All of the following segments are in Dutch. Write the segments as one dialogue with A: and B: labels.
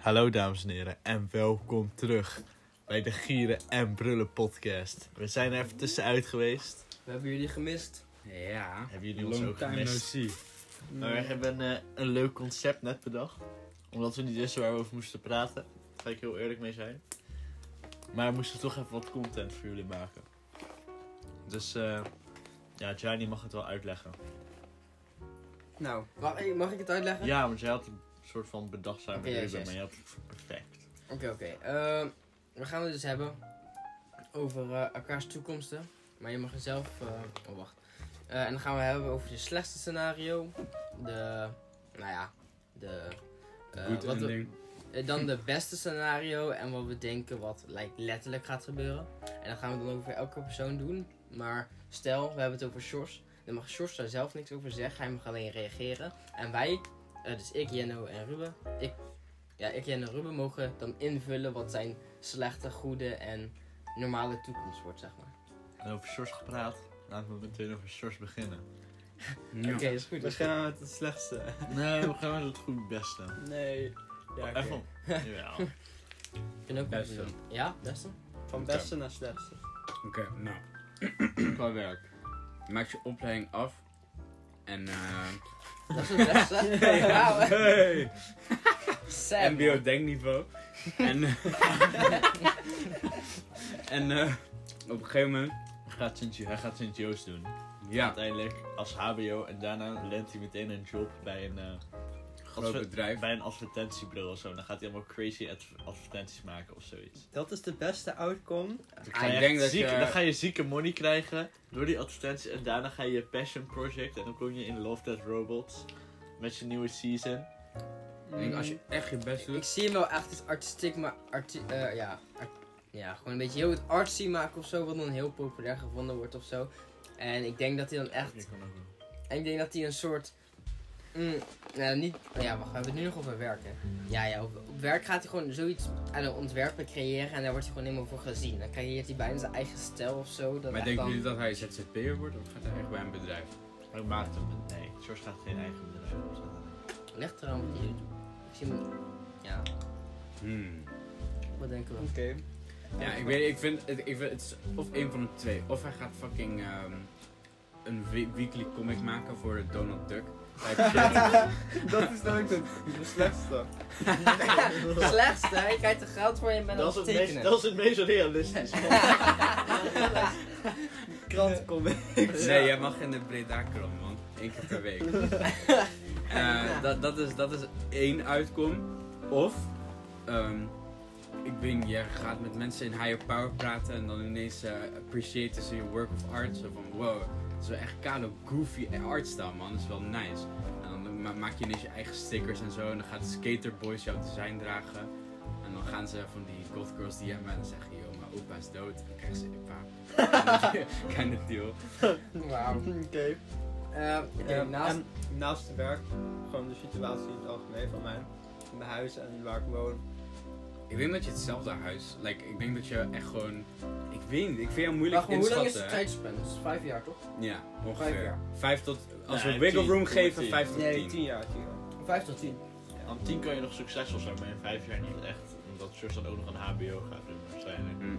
A: Hallo dames en heren en welkom terug bij de Gieren en Brullen podcast. We zijn er even tussenuit geweest.
B: We hebben jullie gemist.
C: Ja.
A: Hebben jullie ons ook gemist?
C: see.
A: Maar we hebben eh, een leuk concept net bedacht. Omdat we niet wisten waar we over moesten praten. Daar ga ik heel eerlijk mee zijn. Maar we moesten toch even wat content voor jullie maken. Dus eh, ja, Gianni mag het wel uitleggen.
B: Nou, mag ik, mag ik het uitleggen?
A: Ja, want jij had een soort van bedachtzame
B: Oké,
A: idee,
B: yes, yes.
A: maar jij had het perfect.
B: Oké, oké. Ehm, we gaan het dus hebben over eh, elkaars toekomsten. Maar je mag er zelf... eh, oh, wacht. Eh, en dan gaan we hebben over je slechtste scenario. De... Nou ja, de... eh,
C: Goed
B: wat we-
C: ending.
B: eh, dan de beste scenario en wat we denken wat like, letterlijk gaat gebeuren. En dat gaan we dan over elke persoon doen. Maar stel, we hebben het over Sjors. Dan mag Sjors daar zelf niks over zeggen. Hij mag alleen reageren. En wij, eh, dus ik, Jenno en Ruben. Ik, ja, ik, Jenno en Ruben mogen dan invullen wat zijn slechte, goede en normale toekomst wordt, zeg maar.
A: En over Sjors gepraat. Laten we meteen over Sjors beginnen.
C: Ja.
B: Oké, is goed.
D: We
B: Is goed.
D: gaan met het slechtste.
A: Nee, we gaan met het goed beste.
D: Nee. Ja,
A: Oh,
D: oké.
A: Even. Jawel.
B: Ik ben ook
C: Beste.
B: benieuwd. Ja, beste.
D: Van beste naar slechtste.
C: Oké, nou. Qua werk. Maak je opleiding af. En eh...
B: Dat is het beste. Wauw.
C: Hey!
B: Sam.
C: MBO denkniveau. en... eh, en eh, op een gegeven moment...
A: Hij gaat Sint- Hij gaat Sint-Joost doen.
C: Ja,
A: Uiteindelijk als HBO en daarna landt hij meteen een job bij een, eh,
C: groot
A: adver-
C: bedrijf.
A: bij een advertentiebureau of zo. Dan gaat hij allemaal crazy adv- advertenties maken of zoiets.
D: Dat is de beste outcome.
A: Dan
B: Ah,
A: ga, je
C: ik
A: echt
C: denk dat
A: zieke,
C: je-
A: dan ga je zieke money krijgen door die advertenties. En daarna ga je je passion project. En dan kom je in Love Death Robots met je nieuwe season.
C: Ik denk, als je echt je best
B: Ik
C: doet...
B: zie hem wel echt als artistiek, maar arti eh, ja, art- ja, gewoon een beetje heel het artsy maken of zo, wat dan heel populair gevonden wordt of zo. En ik denk dat hij dan echt, en ik denk dat hij een soort, mm, nou, niet, ja, wacht, we hebben het nu nog over werken. Ja, ja, op, op werk gaat hij gewoon zoiets aan het ontwerpen creëren en daar wordt hij gewoon helemaal voor gezien. Dan creëert hij bijna zijn eigen stijl of zo. Dat
C: Maar
B: echt
C: denken
B: dan...
C: jullie dat hij ZZP'er wordt? Of gaat hij echt bij een bedrijf?
A: Hij maakt hem. Nee, George gaat geen eigen bedrijf opzetten.
B: Ligt eraan wat hij doet. Ik zie hem, ja,
C: Hmm.
B: wat denken we?
D: Oké.
C: Ja, ik weet ik vind, het, ik vind het is of een van de twee. Of hij gaat fucking ehm, een we- weekly comic maken voor Donald Duck. Hij heeft Shadow-
D: dat is nou ook de, de slechtste.
B: Slechtste, hij krijgt er geld voor en je bent
A: Dat
B: aan
A: is,
B: het
A: het meest,
B: tekenen.
A: dat is het meest realistisch.
D: Krantcomic.
C: nee, jij mag in de Breda krant man. Eén keer per week. Eh, dat, dat, is, dat is één uitkom. Of, ehm, ik ben, jij gaat met mensen in higher power praten en dan ineens eh appreciaten ze je work of art. Zo van, wow, dat is wel echt kale, goofy artstyle, man. Dat is wel nice. En dan ma- maak je ineens je eigen stickers en zo. En dan gaat skaterboys jouw design dragen. En dan gaan ze van die goth girls die hebben en dan zeggen, joh, mijn opa is dood. En dan krijgen ze IPA. Kind of deal.
B: Wauw.
D: Oké.
B: Eh, ik denk
D: Ehm,
B: naast...
D: en naast het werk, gewoon de situatie in het algemeen van mijn, mijn huis en waar ik woon.
C: Ik denk dat je hetzelfde huis. Like, ik denk dat je echt gewoon. Ik weet niet, ik vind jou moeilijk
B: Wacht, maar hoe lang is
C: inschatten.
B: de
C: hè?
B: tijdspan? Dat is vijf jaar toch?
C: Ja,
B: Vijf
C: ongeveer.
B: jaar.
C: Vijf tot. Als
A: Nee,
C: we wiggle
A: tien,
C: room
A: tot
C: geven,
A: tien.
C: vijf tot
D: Nee,
C: tien.
D: tien jaar, tien jaar.
B: Vijf tot tien.
A: Aan 10 kan je nog succesvol zijn, maar in 5 jaar niet echt. Omdat George dan ook nog een HBO gaat doen waarschijnlijk.
B: Mm,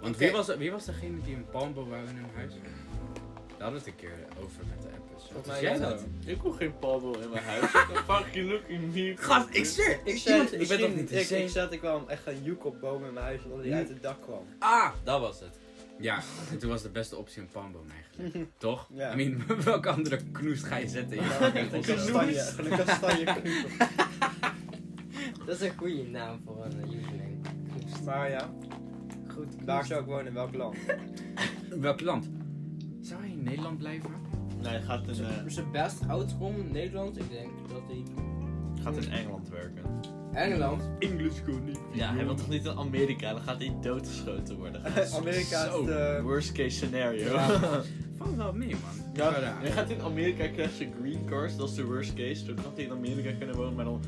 C: Want wie, was, wie was degene die een palmboom wou in hun huis? Daar hadden we het een keer over met de app. dus.
B: Volgens
C: Wat
B: mij
C: is jij
B: wel.
C: dat?
A: Ik wil geen palbel in mijn huis. What the fuck you looking me?
C: Gast, ik zweer! Ik, iemand- ik ben toch niet te
D: ik, ik
C: zien?
D: zat, ik kwam echt een joekopboom in mijn huis omdat die
C: Hm.
D: uit het dak kwam.
C: Ah, dat was het. Ja, en toen was de beste optie een palmboom eigenlijk. Toch?
D: Ja.
C: I mean, welke andere knoest ga je zetten? in je fucking
D: Een
C: hostel?
D: kastanje, gewoon een kastanje knoest.
B: Dat is een goede naam voor een eh, username.
D: Maar ja,
B: Goed.
D: waar zou ik wonen, in welk land?
C: Welk land? Zou hij in Nederland blijven?
A: Nee, hij gaat in, eh,
B: Zijn Dus best outcome in Nederland, ik denk dat hij...
A: gaat in Engeland werken.
B: Engeland?
C: English niet.
A: Ja, hij wil toch niet in Amerika? Dan gaat hij doodgeschoten worden.
D: Amerika
C: Zo.
D: is eh, de...
A: Worst case scenario.
D: Eh, Ja.
C: Valt wel mee, man. eh,
A: Ja,
C: Verder
A: hij
C: aan.
A: gaat in Amerika krijgt je green cards, dat is de worst case. Dan gaat hij in Amerika kunnen wonen, maar dan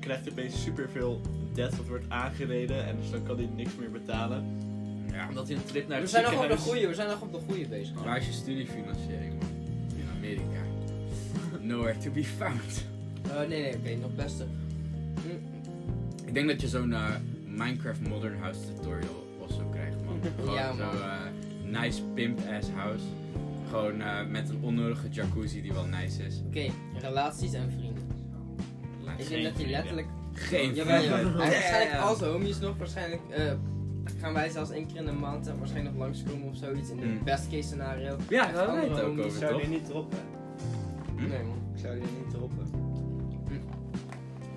A: krijgt hij opeens superveel debt dat wordt aangereden. En dus dan kan hij niks meer betalen.
C: Ja.
A: Omdat hij een trip naar
B: We
A: het
B: zijn nog op de
A: ziekenhuis-
B: goede, we zijn nog op de goede bezig.
C: Waar is je studiefinanciering, man? In Amerika. Nowhere to be found.
B: Eh, nee, nee, oké, nog beste. Hm,
C: Ik Ik denk dat je zo'n eh, Minecraft Modern House tutorial of zo krijgt, man. Gewoon
B: Ja, man.
C: zo'n eh, nice pimp-ass house. Gewoon eh, met een onnodige jacuzzi die wel nice is.
B: Oké, relaties en vrienden. Ik
A: Geen
B: denk dat hij
A: vrienden.
B: letterlijk...
C: Geen
B: Jawel, jawel.
C: vrienden.
B: Hij- Waarschijnlijk
C: Damn.
B: als homies nog, waarschijnlijk eh, gaan wij zelfs één keer in de maand eh, waarschijnlijk nog langskomen of zoiets in de
C: Mm.
B: best case scenario.
C: Ja,
B: Met
C: daar hebben we het
B: andere
C: ook
B: homies.
D: Ik
C: over,
D: zou
C: toch?
D: die niet droppen.
C: Hm?
B: Nee man.
D: Ik zou die niet droppen.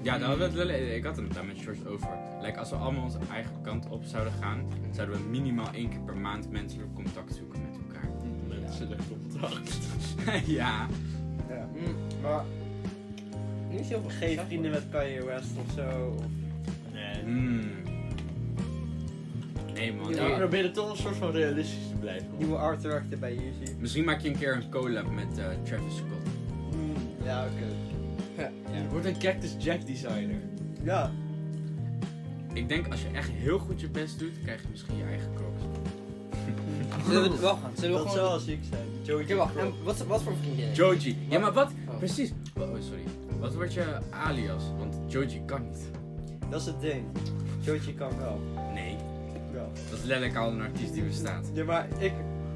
C: Ja, daar hadden we het wel, ik had het daar met George over. Like, als we allemaal onze eigen kant op zouden gaan, zouden we minimaal één keer per maand menselijk contact zoeken met elkaar.
A: Menselijk contact.
C: ja.
D: Ja.
B: Mm,
D: Maar
B: Nu is heel Hm. veel
D: geen
B: gezegd,
D: vrienden
B: hoor.
D: met Kanye West of zo. Of...
A: Nee.
C: Hmm. Nee, man.
B: Ja.
A: Ik probeer toch een soort van realistisch te blijven. hoor.
D: Nieuwe artwork erbij, Yuzi.
C: Misschien maak je een keer een collab met eh, Travis Scott.
D: Hmm, Ja, oké.
B: Ja.
A: Word een Cactus Jack designer.
D: Ja.
C: Ik denk als je echt heel goed je best doet, krijg je misschien je eigen crocs.
B: Zullen we het wel gaan? Zullen we
D: Dat zou
B: gewoon...
D: wel ziek zijn. Joey
B: Oké, wacht. En wat, wat voor vriendinnen?
C: Joji. Ja, maar wat?
B: Oh.
C: Precies. Wa- Oh, sorry. Wat wordt je alias? Want Joji kan niet.
D: Dat is het ding. Joji kan wel.
C: Nee.
D: Wel.
C: Dat is letterlijk al een artiest die bestaat.
D: Ja, maar ik...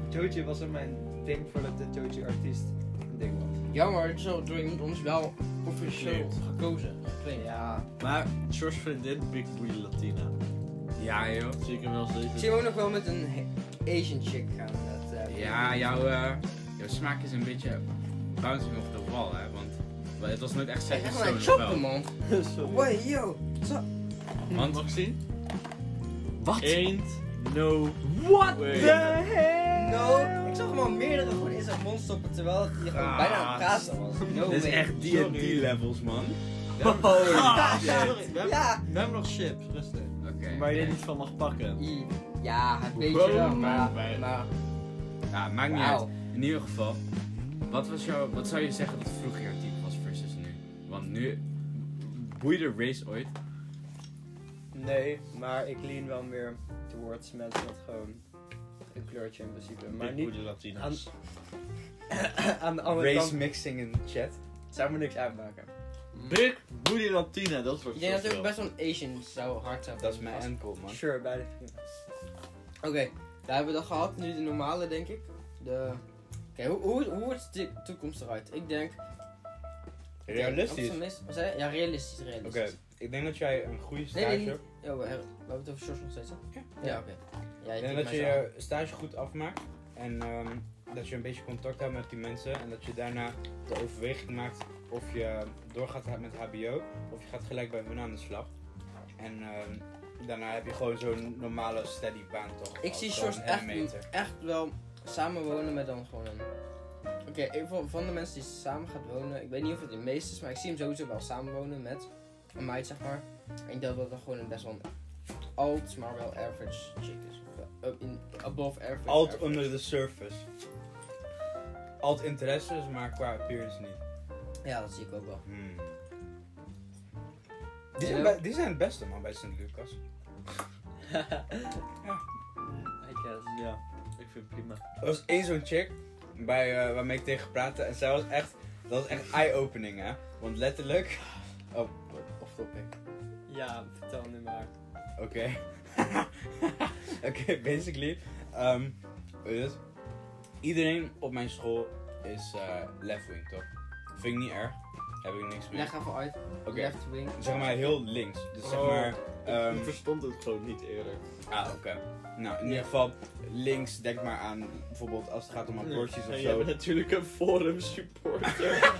D: Joji was er mijn ding voordat de Joji artiest een ding was.
B: Ja, maar zo door iemand ons wel officieel
A: Leert.
B: gekozen. Gekleed.
D: Ja.
A: Maar George's vriendin Big Booty Latina.
C: Ja, joh.
A: Zie ik hem wel
B: Ik
A: steeds.
B: zie hem ook nog wel met een he- Asian chick gaan. Dat, eh,
C: Ja, jouw, eh, jouw smaak is een beetje bouncing off the wall, hè. Want het was nooit echt
B: Zeg
C: zeggen
B: echt maar,
C: zo
B: ik
C: nog
B: choppen
C: wel.
B: man.
D: Sorry.
B: Wow, yo. Zo.
C: Want,
A: Maxine?
C: wat?
A: Ain't no
C: What
A: Wait.
C: the hell?
B: No, ik zag hem al meerdere gewoon in zijn mond stoppen terwijl hij gewoon
C: Gaas.
B: bijna aan het praten was. No
C: Dit is
B: way.
C: echt D&D
A: Sorry.
C: levels, man.
A: Ah,
C: shit.
A: sorry. We hebben,
B: Ja.
A: we hebben nog chips, rustig.
C: Oké.
A: Waar je er niet van mag pakken.
B: I- Ja, het weet
C: Wow.
B: je wel, maar...
A: Wij-
B: maar
C: Ja, maakt niet uit.
B: wauw.
C: In ieder geval, wat, was jouw, wat zou je zeggen dat vroeger jouw type was versus nu? Want nu, boeide race ooit?
D: Nee, maar ik lean wel meer towards mensen met gewoon een kleurtje in principe. Maar
A: Big
D: niet
A: Booty Latina's.
D: aan
B: Oh,
D: de andere kant.
C: mixing in chat?
D: Zou me niks uitmaken.
A: Big Booty Mm. Latina, dat wordt
B: Ik denk dat ook best wel een Asian zou hard zijn.
C: Dat is mijn enkel, man.
D: Sure, beide vrienden.
B: Oké, daar hebben we dat gehad. Nu de normale, denk ik. De... Oké, hoe, hoe, hoe wordt de toekomst eruit? Ik denk... Op zijn minst- wat zei je? Ja, realistisch, realistisch.
C: ik denk dat jij een goede
B: Nee, nee, niet. Yo, we hebben we hebben het over George nog steeds, hè? Ja. oké. Ja, ik
C: Ik denk
B: denk
C: dat je
B: mij zo.
C: je stage goed afmaakt en ehm, dat je een beetje contact houdt met die mensen en dat je daarna de overweging maakt of je doorgaat met HBO of je gaat gelijk bij hun aan de slag. En ehm, daarna heb je gewoon zo'n normale steady baan toch?
B: Ik
C: Als
B: zie
C: gewoon
B: George echt,
C: animator.
B: echt wel samenwonen met dan gewoon een... Oké, ik van- van de mensen die samen gaat wonen, ik weet niet of het de meeste is, maar ik zie hem sowieso wel samenwonen met een meid, zeg maar. En ik denk dat dat gewoon een best wel een alt, maar wel average chick is. Of wel, up in, above average.
C: Alt
B: average.
C: onder de surface. Alt interesses, maar qua appearance niet.
B: Ja, dat zie ik ook wel.
C: Hmm. Die, zijn
B: Ja.
C: be- die zijn het beste man bij Sint-Lucas.
B: I guess.
A: Ja, ik vind het prima.
C: Er was één zo'n chick bij, eh, waarmee ik tegen praatte en zij was echt, dat was echt eye-opening hè. Want letterlijk, oh, off topic.
D: Ja, vertel nu maar.
C: Oké. Oké, basically, ehm, hoe is het? iedereen op mijn school is eh left-wing toch? Vind ik niet erg, heb ik niks mee.
B: Leg even uit.
C: Oké,
B: Left wing.
C: zeg maar heel links. Dus zeg
A: Oh.
C: maar, ehm,
A: ik verstond het gewoon niet eerder.
C: ah oké. Nou, in ieder geval, links denk maar aan bijvoorbeeld als het gaat om abortjes of
A: En
C: zo.
A: jij bent natuurlijk een forum supporter.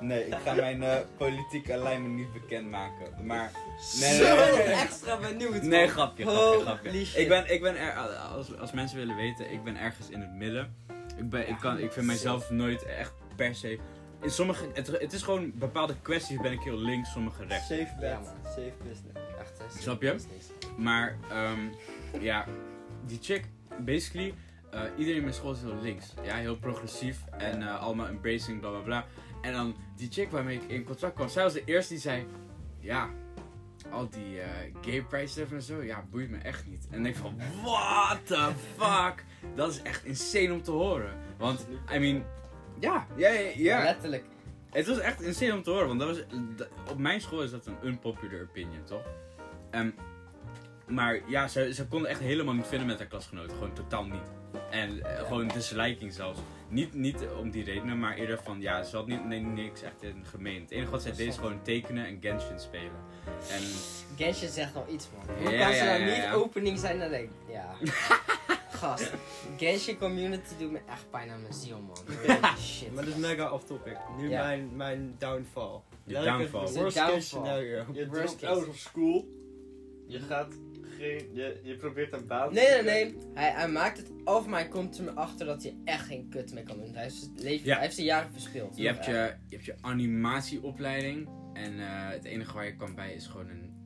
C: Nee, ik ga mijn eh, politieke alignment niet bekendmaken. Maar.
B: Nee,
C: Nee, nee, nee, nee.
B: extra benieuwd.
C: Nee,
B: man.
C: grapje,
B: Holy
C: grapje, grapje.
B: shit.
C: Ik ben, ik ben er, als, als mensen willen weten, ik ben ergens in het midden. Ik, ben, ik, kan, ik vind mijzelf nooit echt per se. In sommige, het, het is gewoon bepaalde kwesties ben ik heel links, sommige rechts.
D: Safe bet,
B: Ja, man.
D: safe business.
B: Echt, hè.
C: Snap je? Maar ehm, ja, die chick, basically, eh, iedereen in mijn school is heel links. Ja, heel progressief en eh, allemaal embracing, bla bla bla. En dan die chick waarmee ik in contact kwam, zij was de eerste die zei: Ja, al die eh, gay pride stuff en zo, ja, boeit me echt niet. En ik van: What the fuck? Dat is echt insane om te horen. Want, I mean, ja, ja, ja, ja.
B: Letterlijk.
C: Het was echt insane om te horen, want dat was, d- op mijn school is dat een unpopular opinion, toch? Ehm, maar ja, ze, ze kon echt helemaal niet vinden met haar klasgenoten. Gewoon totaal niet. En eh, gewoon disliking zelfs. Niet, niet om die redenen, maar eerder van ja, ze had niet, nee, niks echt in gemeen. Het enige wat zij deed is gewoon tekenen en Genshin spelen. En
B: Genshin zegt wel iets, man. Hoe
C: Ja,
B: kan ze
C: ja,
B: nou
C: ja,
B: niet
C: ja.
B: opening zijn? Dan denk ik, ja. Gast, Genshin community doet me echt pijn aan mijn ziel, man. Shit.
D: Maar dus dat is mega off topic. Nu
B: Ja.
D: mijn, mijn downfall.
C: Je
D: Welke
C: downfall.
D: is de
B: Je
D: Worst
B: downfall.
D: case scenario.
A: Je
B: Worst
A: dropt
B: case.
A: out of school. Je gaat geen... Je, je probeert een baan te
B: Nee, nee,
A: vinden.
B: nee. Hij, hij maakt het af, maar hij komt er achter dat hij echt geen kut mee kan doen. Hij, is, leven,
C: Ja.
B: hij heeft zijn jaren verspeeld.
C: je hebt je, je hebt je animatieopleiding. En eh, het enige waar je kan bij is gewoon een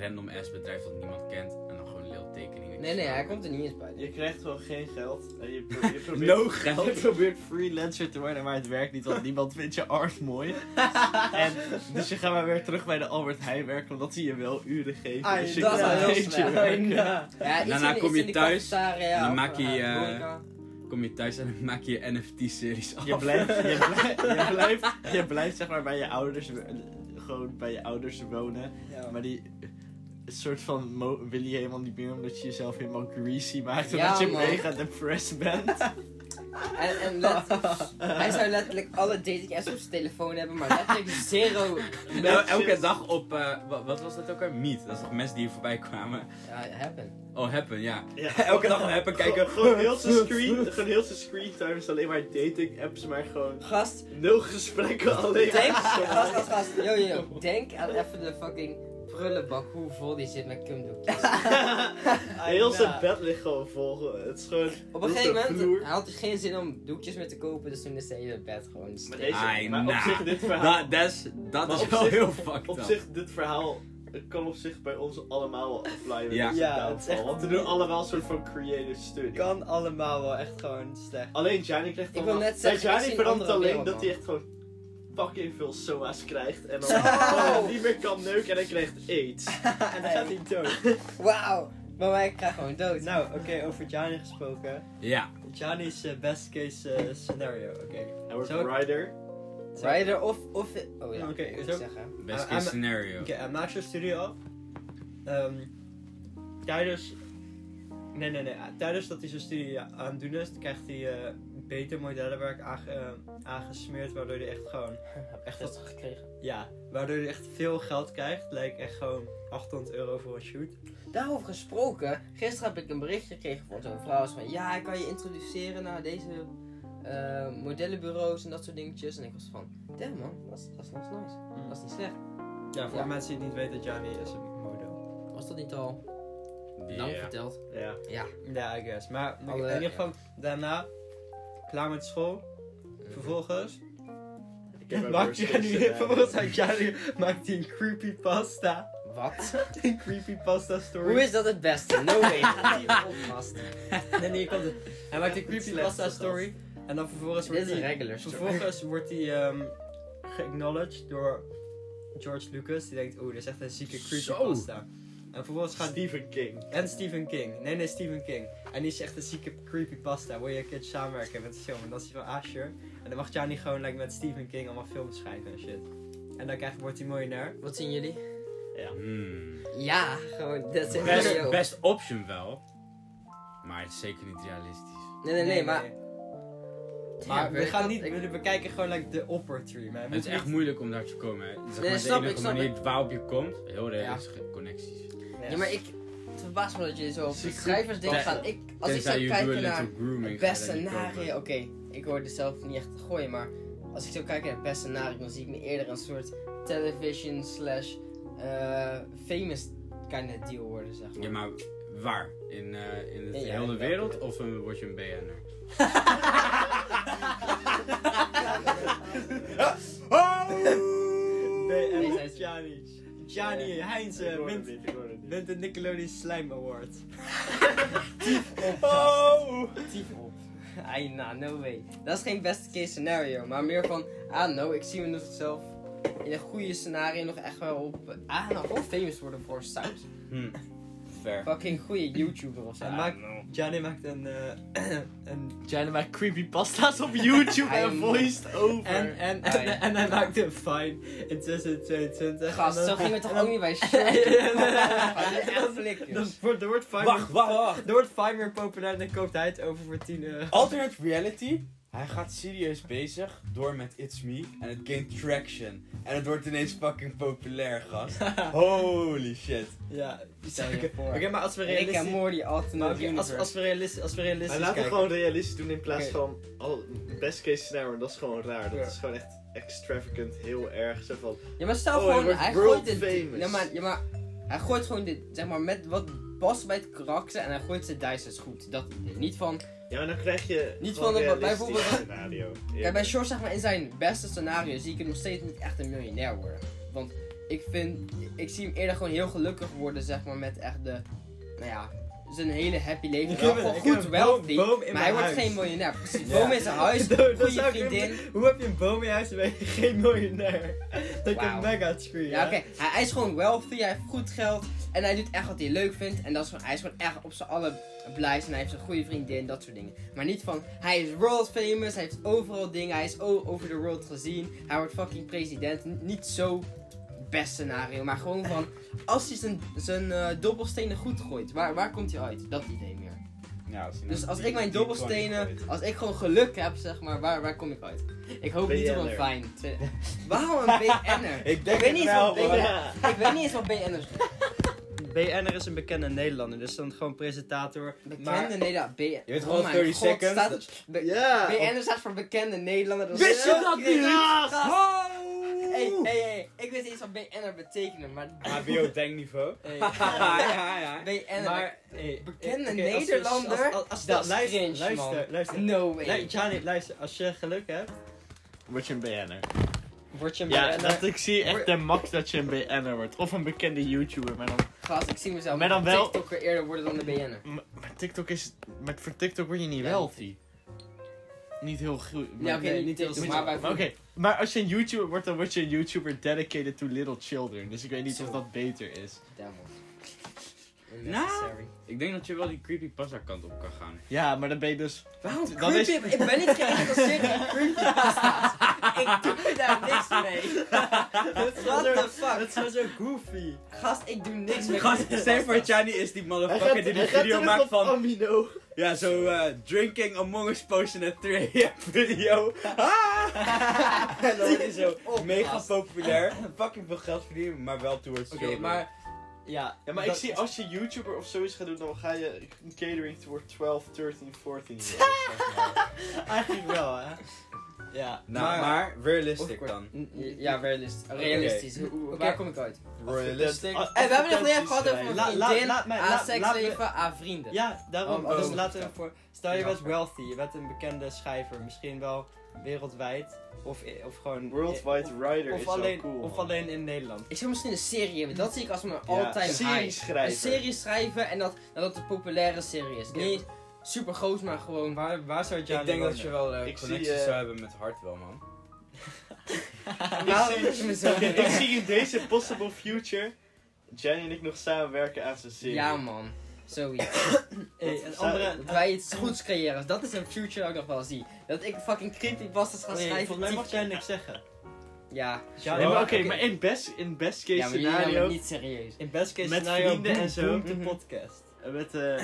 C: random ass bedrijf dat niemand kent. En dan gewoon leel tekeningen.
B: Nee, nee, hij komt er niet eens bij.
A: Je krijgt gewoon geen geld. En je, pro- je probeert...
C: No
A: Je
C: geld.
A: probeert freelancer te worden, maar het werkt niet, want niemand vindt je art mooi. En, dus je gaat maar weer terug bij de Albert Heijn werken, omdat hij je wel uren geeft.
D: Ah,
A: dus je
B: dat
A: kan
B: is wel nou.
A: een
B: heel
A: beetje
B: slecht.
A: werken.
B: Ja, iets
C: Daarna
B: in-
C: kom
B: iets
C: je
B: in de
C: thuis
B: cafetaria
C: en dan
B: of,
C: maak je,
B: eh,
C: eh,
B: horeca.
C: Kom je thuis en dan maak je je NFT-series af.
A: Je blijft, je, blijft, je, blijft, je blijft zeg maar bij je ouders, eh, gewoon bij je ouders wonen.
D: Ja.
A: Maar die een soort van mo- wil je helemaal niet meer, omdat je jezelf helemaal greasy maakt.
B: Ja,
A: Omdat je
B: man.
A: mega depressed bent.
B: En, en let- hij zou letterlijk alle dating apps op zijn telefoon hebben, maar letterlijk zero.
C: Nou, elke dag op, eh, wa- wat was dat ook weer? Meet. Dat is toch mensen die hier voorbij kwamen?
B: Ja, happen.
C: Oh, Happen, ja.
A: Ja.
C: Elke dag op Happen kijken.
A: Gewoon heel zijn screen, gewoon heel zijn screentime is alleen maar dating apps, maar gewoon
B: Gast,
A: nul gesprekken alleen.
B: Denk,
A: maar-
B: gast, gast, gast. Yo, yo, yo. Denk aan even de fucking prullenbak, hoe vol die zit met kumdoekjes.
A: Heel zijn
D: Ja.
A: bed ligt gewoon vol. Het is gewoon...
B: Op
A: heel
B: een gegeven
A: zijn
B: moment
A: vloer.
B: hij had hij geen zin om doekjes meer te kopen, dus toen is hij hele bed gewoon
A: Maar,
B: stil.
A: deze,
C: Ai,
A: maar
C: nah.
A: op zich dit verhaal...
C: Dat, dat is, dat
A: Maar
C: is
A: op
C: wel
A: zich-
C: heel fucked
A: Op
C: up.
A: zich, dit verhaal kan op zich bij ons allemaal dus wel applyen.
C: Ja.
D: Ja, het is echt-
A: Want we doen allemaal een soort van creative study.
D: Kan allemaal wel echt gewoon slecht.
A: Alleen Johnny krijgt dan
B: wil
A: wel-
B: net zeggen,
A: Bij
B: ik zie
A: Johnny
B: een
A: verandert
B: andere
A: alleen
B: wereld,
A: dat hij
B: man.
A: echt gewoon fucking veel soa's krijgt. En dan
B: Zo.
A: gewoon niet meer kan neuken en hij krijgt aids.
D: en dan gaat hij dood.
B: Wauw, maar wij gaan gewoon dood.
D: Nou, oké, over Gianni gesproken.
C: Ja.
D: Gianni's eh, best case eh, scenario, oké.
A: Hij wordt
D: Zo-
A: rider.
B: Rider of, of... Oh ja,
D: Oké,
B: moet
D: is
B: ik
D: ook-
B: zeggen.
C: Best
D: Ah,
C: case
D: ah,
C: scenario.
D: Oké, hij maakt zijn studie af. Ehm, tijdens. Nee, nee, nee. Tijdens dat hij zijn studie aan het doen is, krijgt hij eh, beter modellenwerk aange- eh, aangesmeerd. Waardoor hij echt gewoon.
B: Heb echt wat gekregen.
D: Ja, waardoor hij echt veel geld krijgt. Lijkt echt gewoon 800 euro voor een shoot.
B: Daarover gesproken, gisteren heb ik een berichtje gekregen van zo'n vrouw. Ze van, ja, ik kan je introduceren naar deze eh, modellenbureaus en dat soort dingetjes. En ik was van, damn man, dat is dat is nice. Dat is niet slecht.
D: Ja, voor
B: Ja.
D: de mensen die het niet weten, Gianni is een model.
B: Was dat niet al lang
C: Ja.
B: verteld?
A: Ja.
D: Ja, I guess. Maar
B: Alle-
D: in ieder geval, daarna, klaar met school.
B: Mhm.
D: Vervolgens
A: Ik heb ook
D: maakt
A: worst
D: Gianni,
A: case scenario.
D: vervolgens had Gianni maakt hij een creepypasta.
B: Wat?
D: Een creepypasta story.
B: Hoe is dat het beste? No way. Gaat die erop vast?
D: Nee, nee, je kan het. Hij maakt een
A: Echt het
D: creepypasta
A: slechtste
D: story. En dan vervolgens
B: Dit
D: wordt
B: is een
D: hij...
B: regular story.
D: Vervolgens wordt hij ehm, geacknowledged door George Lucas. Die denkt, oeh, dit is echt een zieke
C: Zo.
D: creepypasta. En vervolgens gaat...
A: Stephen King.
D: En Stephen King. Nee, nee, Stephen King. En die is echt een zieke creepypasta. Wil je een keer samenwerken met de film? En dat is hij van, ah, sure. En dan mag Johnny gewoon like, met Stephen King allemaal films schrijven en shit. En dan krijgt, wordt hij miljonair.
B: Wat zien jullie?
C: Hmm.
B: Ja, gewoon, dat is
C: Best,
B: video.
C: best option wel. Maar het is zeker niet realistisch.
B: Nee, nee, nee, maar...
D: Maar we
B: werkt
D: gaan
B: dat?
D: niet...
B: Ik-
D: We bekijken gewoon like, de opper tree, man.
C: Het is echt moeilijk om daar te komen. Hè. Zeg maar, de
B: snap ik,
C: enige
B: snap
C: manier
B: ik.
C: waarop je komt, heel realistische connecties.
B: Ja, maar ik... Het verbaast me dat jullie zo op
A: Secret
B: schrijversding
A: pasta.
B: gaan. Ik, als ik
C: Tenzij
B: zou
C: je doet
B: kijken naar...
C: little
B: Het
C: grooming. ga je
B: beste
C: daar niet komen.
B: scenario, oké, ik hoorde zelf niet echt te gooien, maar als ik zo kijk naar het beste scenario, dan zie ik me eerder een soort television slash eh, famous kind of deal worden, zeg maar.
C: Ja, maar waar? In, eh in de
B: Ja,
C: hele
B: in welke-
C: wereld of eh, word je een BN'er?
B: Nee,
D: BM
B: zij is-
D: Gianni. Gianni Heinze wint, wint de Nickelodeon Slime Award.
B: Oh! Tief op. Ai, nah, no way. Dat is geen beste case scenario, maar meer van, ah no, ik zie me nog zelf in een goede scenario nog echt wel op, ah nou, gewoon famous worden voor sound.
C: Hm. ver.
B: Fucking goede YouTuber of zo.
D: Hij maakt- Gianni maakt een, eh, een
A: China maakt creepypasta's op YouTube
B: Hij
A: en voiced over.
D: en, en, en, en hij maakt een fine in 2022.
B: Gast,
D: En
B: zo
D: dan-
B: gingen we toch
D: en dan-
B: ook niet bij short. Dat is echt
D: Dan
B: flikjes.
D: wordt, er wordt Fine
C: Wacht, wacht, wacht.
D: Er wordt Fine meer populair en dan koopt hij het over voor 10 euro.
C: Alternate reality. Hij gaat serieus bezig door met It's Me. En het gaint traction. En het wordt ineens fucking populair, gast. Holy shit.
D: Ja,
B: Stel je
D: oké.
B: voor.
D: Oké, maar als we
B: Rick en
D: realistisch...
B: Morty
D: Maar
B: Ultimate
D: oké, als,
B: Universe.
D: als we realistisch, als we
A: Maar
D: realistisch
A: laten we
D: kijken...
A: gewoon realistisch doen in plaats
B: Oké.
A: van al, best case scenario. Dat is gewoon raar. Dat
D: Ja.
A: is gewoon echt extravagant, heel erg. Zo van,
B: Ja, maar stel
A: Oh, hij
B: gewoon,
A: wordt
B: hij
A: world
B: gooit dit.
A: famous.
B: Ja maar, ja, maar hij gooit gewoon dit, zeg maar, met wat past bij het karakter en hij gooit zijn dice is goed. Dat idee. Niet van.
A: ja, maar dan krijg je
B: Niet
A: gewoon
B: van de-
A: realistisch
B: bijvoorbeeld-
A: scenario. Ja.
B: Kijk, bij Short, zeg maar, in zijn beste scenario zie ik hem nog steeds niet echt een miljonair worden. Want ik vind, ik zie hem eerder gewoon heel gelukkig worden, zeg maar, met echt de, nou ja, zijn hele happy leven.
D: Ik
B: Wel
D: heb een-
B: gewoon
D: ik heb
B: goed,
D: een
B: wealthy,
D: boom- boom in
B: maar
D: mijn
B: hij wordt
D: huis.
B: geen miljonair. Precies,
C: Ja.
B: boom in zijn huis,
D: Dat- dat
B: goede
D: zou ik
B: vriendin.
D: Hoe heb je een boom in je huis en ben je geen miljonair? Dat je
B: Wauw.
D: een mega screen.
B: Ja, oké. Hij, hij is gewoon wealthy, hij heeft goed geld. En hij doet echt wat hij leuk vindt. En dat is gewoon, hij is gewoon echt op z'n allen blij. En hij heeft een goede vriendin, dat soort dingen. Maar niet van, hij is world famous, hij heeft overal dingen. Hij is o- over de world gezien. Hij wordt fucking president. N- niet zo best scenario, maar gewoon van... Als hij zijn, zijn eh, dobbelstenen goed gooit, waar, waar komt hij uit? Dat idee meer.
C: Ja, als nou
B: Dus als ik mijn dobbelstenen... Als ik gewoon geluk heb, zeg maar, waar, waar kom ik uit? Ik hoop niet op een
A: BN'er.
B: fijn. Waarom een BN'er?
C: Ik denk
B: Ik weet
C: het
B: niet
C: wel,
B: wat ik-
C: hoor.
A: Oh, Ja.
B: Ik weet niet eens wat BN'ers doen.
D: BN'er is een bekende Nederlander, dus dan gewoon presentator.
B: Bekende Nederlander. BN. Je
C: weet gewoon 30 seconds.
B: Staat, be-
A: Ja. Oh,
B: BN'er staat voor bekende Nederlander. Dat is-
A: Wist je dat niet?
B: Gast. Hey, hey, hey. Ik weet niet eens wat BN'er betekenen, maar...
C: HBO-denkniveau.
B: Hey.
C: ja, ja, ja.
B: BN'er.
D: Maar, hey,
B: bekende
D: oké, als we-
B: Nederlander?
D: als- als- als-
B: dat is
D: luister,
B: cringe,
D: luister,
B: man.
D: luister.
B: No way.
D: Nee, Gianni, luister, als je geluk hebt,
A: Word je een BN'er?
B: Word je een
A: Ja,
B: BN'er?
A: dat ik zie echt
B: Word-
A: de max dat je een BN'er wordt. Of een bekende YouTuber. Maar, dan,
B: Gast, ik zie mezelf
A: Maar dan wel-
B: TikToker eerder worden dan de BN'er.
A: maar, maar TikTok is... Maar voor TikTok word je niet
B: Ja.
A: wealthy. Niet heel goed. maar-
B: Ja, oké,
D: nee,
B: niet
D: niet heel
B: TikTok,
A: Maar,
B: maar bij
A: oké, maar als je een YouTuber wordt, dan word je een YouTuber dedicated to little children. Dus ik weet niet of dat beter is.
B: Damn,
C: Nou. Ik denk dat je wel die creepypasta kant op kan gaan.
A: Ja, maar dan ben je dus...
B: Waarom
A: Dat
B: creepy?
A: is-
B: Ik ben niet geïnteresseerd in creepypasta's. Ik doe daar niks mee. What the fuck?
D: dat is wel zo goofy.
B: Gast, ik doe niks met
C: Gast,
B: creepypasta's.
C: Stefan Chani is die
A: Hij gaat-
C: motherfucker die die
A: hij gaat
C: video
A: terug
C: maakt
A: op
C: van...
A: Amino.
C: Ja, zo eh, drinking Among Us potion at 3 a.m. video. Ah! en dan wordt hij zo
B: Op,
C: mega
B: gast.
C: populair. Fucking veel geld verdienen, maar wel towards
D: Oké,
C: children.
D: maar. Ja,
A: Ja, maar ik
D: dat-
A: zie als je YouTuber of zoiets gaat doen, dan ga je catering toward 12, 13, 14.
D: Eigenlijk wel, hè? Ja,
C: Nou, maar, realistic
B: Of-
C: dan.
B: N- Ja, realist- realistisch. Hoe- hoe- Waar kom ik uit?
A: Oh,
C: Realistic?
B: En Oh, we hebben nog niet even gehad over
D: La-
B: mijn
D: la-
B: vriendin,
D: laat mij-
B: aan
D: laat-
B: seksleven, aan vrienden.
D: Ja, daarom.
B: Oh, oh.
D: dus laten we voor. Stel je
B: Ja.
D: bent wealthy, je bent een bekende schrijver, misschien wel wereldwijd of, of gewoon.
A: Worldwide
B: Eh,
A: Rider
D: Of,
A: is
D: alleen,
A: wel cool.
D: of
A: man.
D: alleen in Nederland.
B: Ik zou misschien een serie hebben, dat zie ik als mijn
A: Ja,
B: altijd
A: serie
B: high.
A: schrijver.
B: Een serie schrijven en dat, en dat het een populaire serie is.
D: Ja.
B: Niet super groot, maar gewoon...
D: Waar, waar zou Johnny
C: Ik denk dat je wel eh,
A: Ik zie,
C: connecties
A: eh,
C: zou hebben met Hartwell, man.
B: Waarom moet je me zo
A: Ik zie in deze possible future Jenny en ik nog samenwerken aan zijn serie.
B: Ja man, zoiets.
D: Hey, een
A: Zou-
D: andere.
B: Dat wij iets goeds creëren, dat is een future dat ik nog wel zie. Dat ik fucking creepypasta's ga
D: Nee,
B: schrijven.
D: volgens mij mag
B: die-
D: jij niks zeggen.
B: Ja,
D: Johnny-
A: Nee, maar oké,
B: Oké.
A: maar in best, in best case
B: ja maar jullie
A: scenario.
B: nemen het niet serieus.
D: In best case
A: Met
D: scenario
A: vrienden
D: boem-
A: en zo.
D: boemt de
B: Mhm.
D: podcast.
A: Met, eh,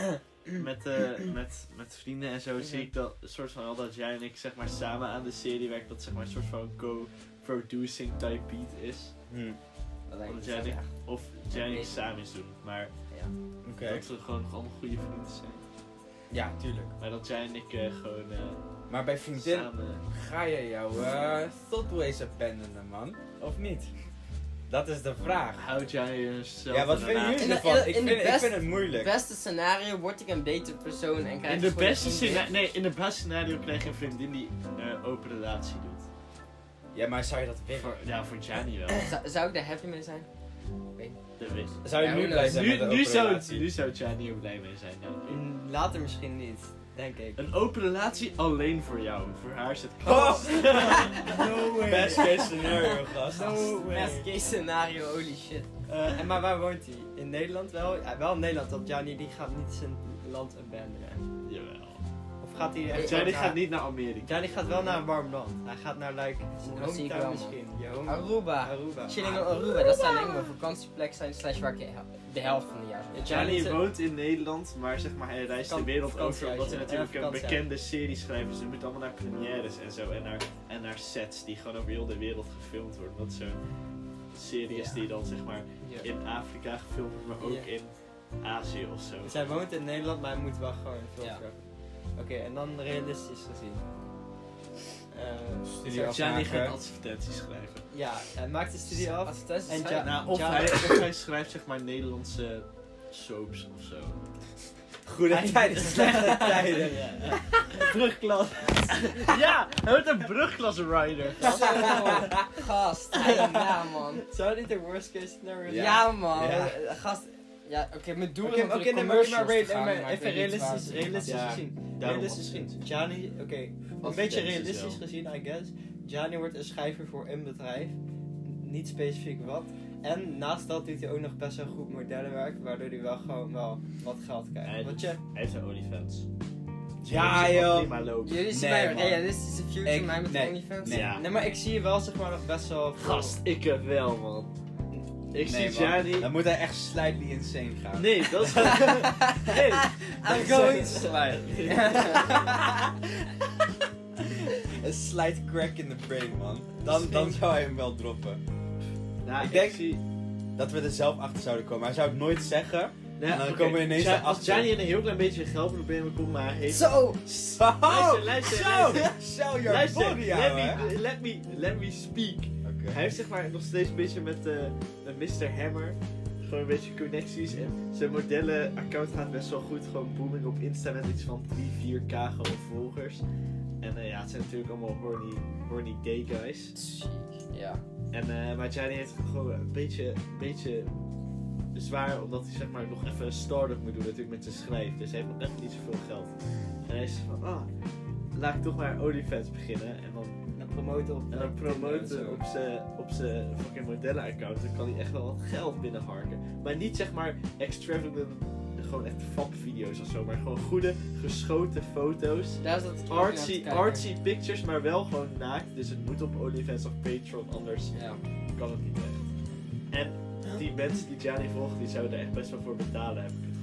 A: met, eh, met, met vrienden en zo zie ik dat soort van al dat jij en ik zeg maar samen aan de serie werken. Dat zeg maar een soort van co-producing type beat is.
C: Hmm,
B: Dat lijkt me
A: Omdat jij
B: zo,
A: en ik-
B: ja.
A: Of jij en ik
B: Nee.
A: samen iets doen. Maar
C: Oké.
A: dat we gewoon nog allemaal goede vrienden zijn.
C: Ja, tuurlijk.
A: Maar dat jij en ik eh, gewoon eh,
C: Maar bij vriendin
A: samen...
C: ga je jouw eh, thoughtways abandonen, man. Of niet? Dat is de vraag.
A: Houd jij jezelf
C: Ja, wat
A: en
C: vinden
A: daarna-
B: In
C: jullie
B: de-
C: ervan?
B: in de-
C: Ik
B: in
C: vind
B: de
C: ik
B: best-
C: vind het
B: Het
C: moeilijk.
B: beste scenario word ik een betere persoon en krijg
A: In
B: ik
A: de
B: gewoon
A: beste
B: een vriendin.
A: scenario, nee, in de beste scenario krijg je een vriendin die eh, open relatie doet.
C: Ja, maar zou je dat willen?
A: Voor, ja, voor Gianni wel.
B: Zou- Zou ik daar happy mee zijn?
A: Dat weet ik.
C: Zou je
B: Ja,
C: nu
B: hoe
C: blij
B: dan?
C: zijn
A: Nu,
C: met de
A: nu,
C: open
A: zou,
C: relatie?
A: nu zou Gianni er blij mee zijn. denk ik.
D: Mm, Later misschien niet. Denk ik.
A: Een open relatie alleen voor jou. Voor haar zit
B: Oh.
D: No way. Best case scenario, gast. No way.
B: Best case scenario, holy shit.
D: Eh, en maar waar woont hij? In Nederland wel? Ja, wel in Nederland, want Gianni die gaat niet zijn land abanderen.
A: Jawel.
D: Of gaat hij echt
A: Johnny
D: wel naar-
A: gaat niet naar Amerika.
D: Gianni gaat wel naar een warm land. Hij gaat naar, like, zijn
B: Dat zie ik wel,
D: hometown
B: man.
D: misschien. Je home-
B: Aruba.
D: Aruba.
B: Chilling op Aruba, dat zou alleen maar vakantieplek zijn, slash waar ik de hel- de helft van het jaar zou zijn.
A: Charlie
D: Gianni-
A: woont in Nederland, maar zeg maar, hij reist de
D: Kan-
A: wereld
D: vakantie
A: over omdat hij
D: uit, ja.
A: natuurlijk
D: Ja,
A: een
D: vakantie
A: bekende serie schrijft. Dus hij moet allemaal naar premières en zo en naar, en naar sets die gewoon over heel de wereld gefilmd worden. Dat zo'n serie is
B: Ja.
A: die dan zeg maar
D: Ja.
A: in Afrika gefilmd wordt, maar ook in Azië of zo.
D: Zij woont in Nederland, maar hij moet wel gewoon veel
B: Ja.
D: werken. Oké, en dan realistisch gezien. Eh,
C: Studie
D: zo-
A: Charlie
C: afmaken.
A: gaat advertenties schrijven.
D: Ja, hij maakt de studie af.
B: Advertenties
D: En
B: schrijven.
D: Ja,
A: nou, of,
D: ja.
A: hij, of hij schrijft zeg maar Nederlandse soaps of zo.
D: Goede tijden, slechte tijden.
A: Ja,
D: Brugklas.
A: ja hij wordt een brugklas rider.
B: Zo, Gast, ja man.
D: Zou dit de worst case scenario
B: Ja,
D: zijn?
B: man.
D: Ja.
B: Eh, Gast, ja oké, mijn doel
D: Oké,
B: is
D: maar-
B: natuurlijk
D: oké, nee, maar- maar
B: commercials te gaan,
D: maar
B: maar ik
D: even
B: weet niet waar
D: realistisch,
B: ze die
D: realistisch
A: Ja.
D: gezien.
A: Daarom.
D: Realistisch gezien. Gianni, oké, een beetje
A: Advertenties
D: realistisch
A: wel.
D: gezien, I guess. Gianni wordt een schrijver voor een bedrijf. Niet specifiek wat. En naast dat doet hij ook nog best wel goed modellenwerk, waardoor hij wel gewoon wel wat geld
A: En-
D: krijgt. Want je,
A: Hij heeft een OnlyFans.
C: Ja,
A: Hij
C: joh.
A: mag Prima lopen.
B: Jullie zien
C: Nee,
B: mij
C: man.
B: realistische future,
C: Ik-
B: mij met
C: nee,
B: OnlyFans.
C: nee.
A: Ja.
D: nee, maar ik zie je wel zeg maar nog best wel veel-
A: Gast, ik heb wel, man. Ik
C: Nee,
A: zie
C: man.
A: Gianni...
C: Dan moet hij echt slightly insane gaan.
A: Nee, dat is... nee.
B: I'm going to
C: Een slight crack in the brain, man. Dan, dan zou hij hem wel droppen.
A: Nou,
C: Ik denk-
A: zie-
C: Dat we er zelf achter zouden komen. Hij zou het nooit zeggen.
A: Nou,
C: dan
A: oké.
C: komen we ineens
A: Gia- Als
C: erachter.
A: Gianni in een heel klein beetje geldproblemen komt, maar hij heeft...
B: Zo!
C: Zo!
A: Luister, luister,
C: Zo!
A: luister.
C: Sell your
A: Luister,
C: body,
A: let
C: ouwe.
A: me, let, me, let me speak.
C: Oké.
A: Hij heeft zeg maar nog steeds een beetje met, eh, met Mr. Hammer. Gewoon een beetje connecties. En zijn modellenaccount gaat best wel goed. Gewoon booming op Insta met iets van 3, 4k gewoon volgers. En eh, ja, het zijn natuurlijk allemaal horny, horny gay guys.
B: Ja.
A: En, eh, maar Gianni heeft het gewoon een beetje, een beetje zwaar, omdat hij zeg maar nog even een start-up moet doen natuurlijk met zijn schrijf. Dus hij heeft nog echt niet zoveel geld. En hij is van, ah, laat ik toch maar OnlyFans beginnen. En dan,
D: een promotor op
A: en dan promoten op zijn op zijn fucking modellenaccount. Dan kan hij echt wel wat geld binnenharken. Maar niet zeg maar extravagant, gewoon echt fap-video's of zo. Maar gewoon goede, geschoten foto's.
B: Daar is dat ik ook naar te
A: Artsy,
B: kijken.
A: artsy pictures, maar wel gewoon naakt. Dus het moet op OnlyFans of Patreon, anders
B: Ja.
A: kan het niet echt. En die mensen die Gianni volgen, die zouden er echt best wel voor betalen, heb ik het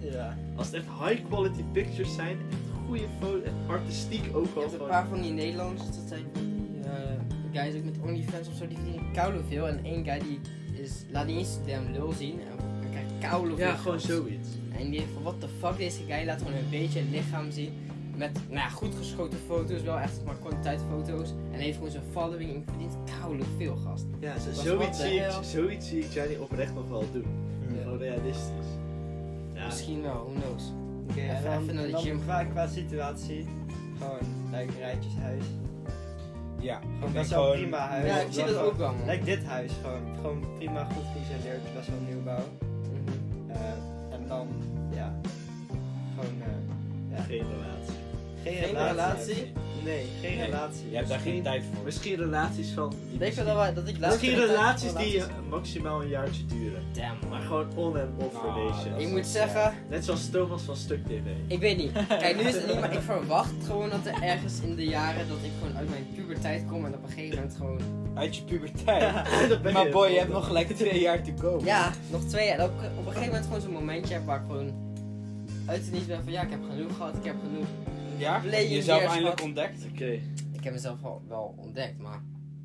A: gevoel.
D: Ja.
A: Als het echt high quality pictures zijn, echt goede foto's, en artistiek ook
B: Je
A: wel
B: hebt een
A: gewoon.
B: paar van die Nederlanders, dat zijn die eh, guys ook met OnlyFans of zo, die verdienen koude veel. En één guy die is, laat niet eens damn lul zien en hij krijgt koude veel.
A: Ja, gewoon
B: geld.
A: zoiets.
B: En die heeft van, what the fuck, deze guy laat gewoon een beetje een lichaam zien. Met, nou ja, goed geschoten foto's, wel echt maar kwaliteitsfoto's. En hij heeft gewoon zijn following en verdient koude veel, gast.
A: Ja, zo-
B: was what
A: zoiets,
B: the
A: zie ik,
B: hell.
A: zoiets zie ik Gianni oprecht nog wel doen. Gewoon realistisch. Ja,
B: Misschien wel, who knows.
D: Oké, en
B: Even-
D: dan,
B: even naar de
D: dan
B: gym
D: Qua, qua situatie, gewoon, like, rijtjeshuis.
C: Ja,
D: Gewoon
C: ik
D: best
C: denk
D: wel
C: gewoon-
D: prima huis.
B: Ja, ik zie dat ook wel, man.
D: Lijkt dit huis gewoon, gewoon prima goed geïsoleerd, best wel nieuwbouw.
B: Mhm.
D: Eh, en dan, ja, gewoon eh,
A: geen relatie.
D: geen,
B: Geen relatie?
D: Nee, geen
C: Nee.
D: relatie.
C: Je hebt daar geen
A: Misschien-
C: tijd voor.
A: Misschien relaties van. Die
B: Ik vind dat, wij- dat ik laatst...
A: misschien relaties die eh, maximaal een jaartje duren.
B: Damn,
A: Maar gewoon on- en off
C: Ah,
A: relations.
C: dat
B: Ik
C: is-
B: moet zeggen,
A: Net zoals Thomas van Stuk TV.
B: Ik weet niet. Kijk, nu is het niet, maar ik verwacht gewoon dat er ergens in de jaren dat ik gewoon uit mijn puberteit kom en op een gegeven moment gewoon.
C: Uit je puberteit.
A: Dat ben
C: Maar boy, je hebt nog gelijk twee jaar te komen.
B: Ja, nog twee jaar. Dat ik op een gegeven moment gewoon zo'n momentje heb waar ik gewoon uit het niets ben van ja, ik heb genoeg gehad, ik heb genoeg.
C: Ja?
B: Playing
C: Jezelf
B: years gehad.
C: eindelijk ontdekt.
A: Oké.
B: Ik heb mezelf wel, wel ontdekt, maar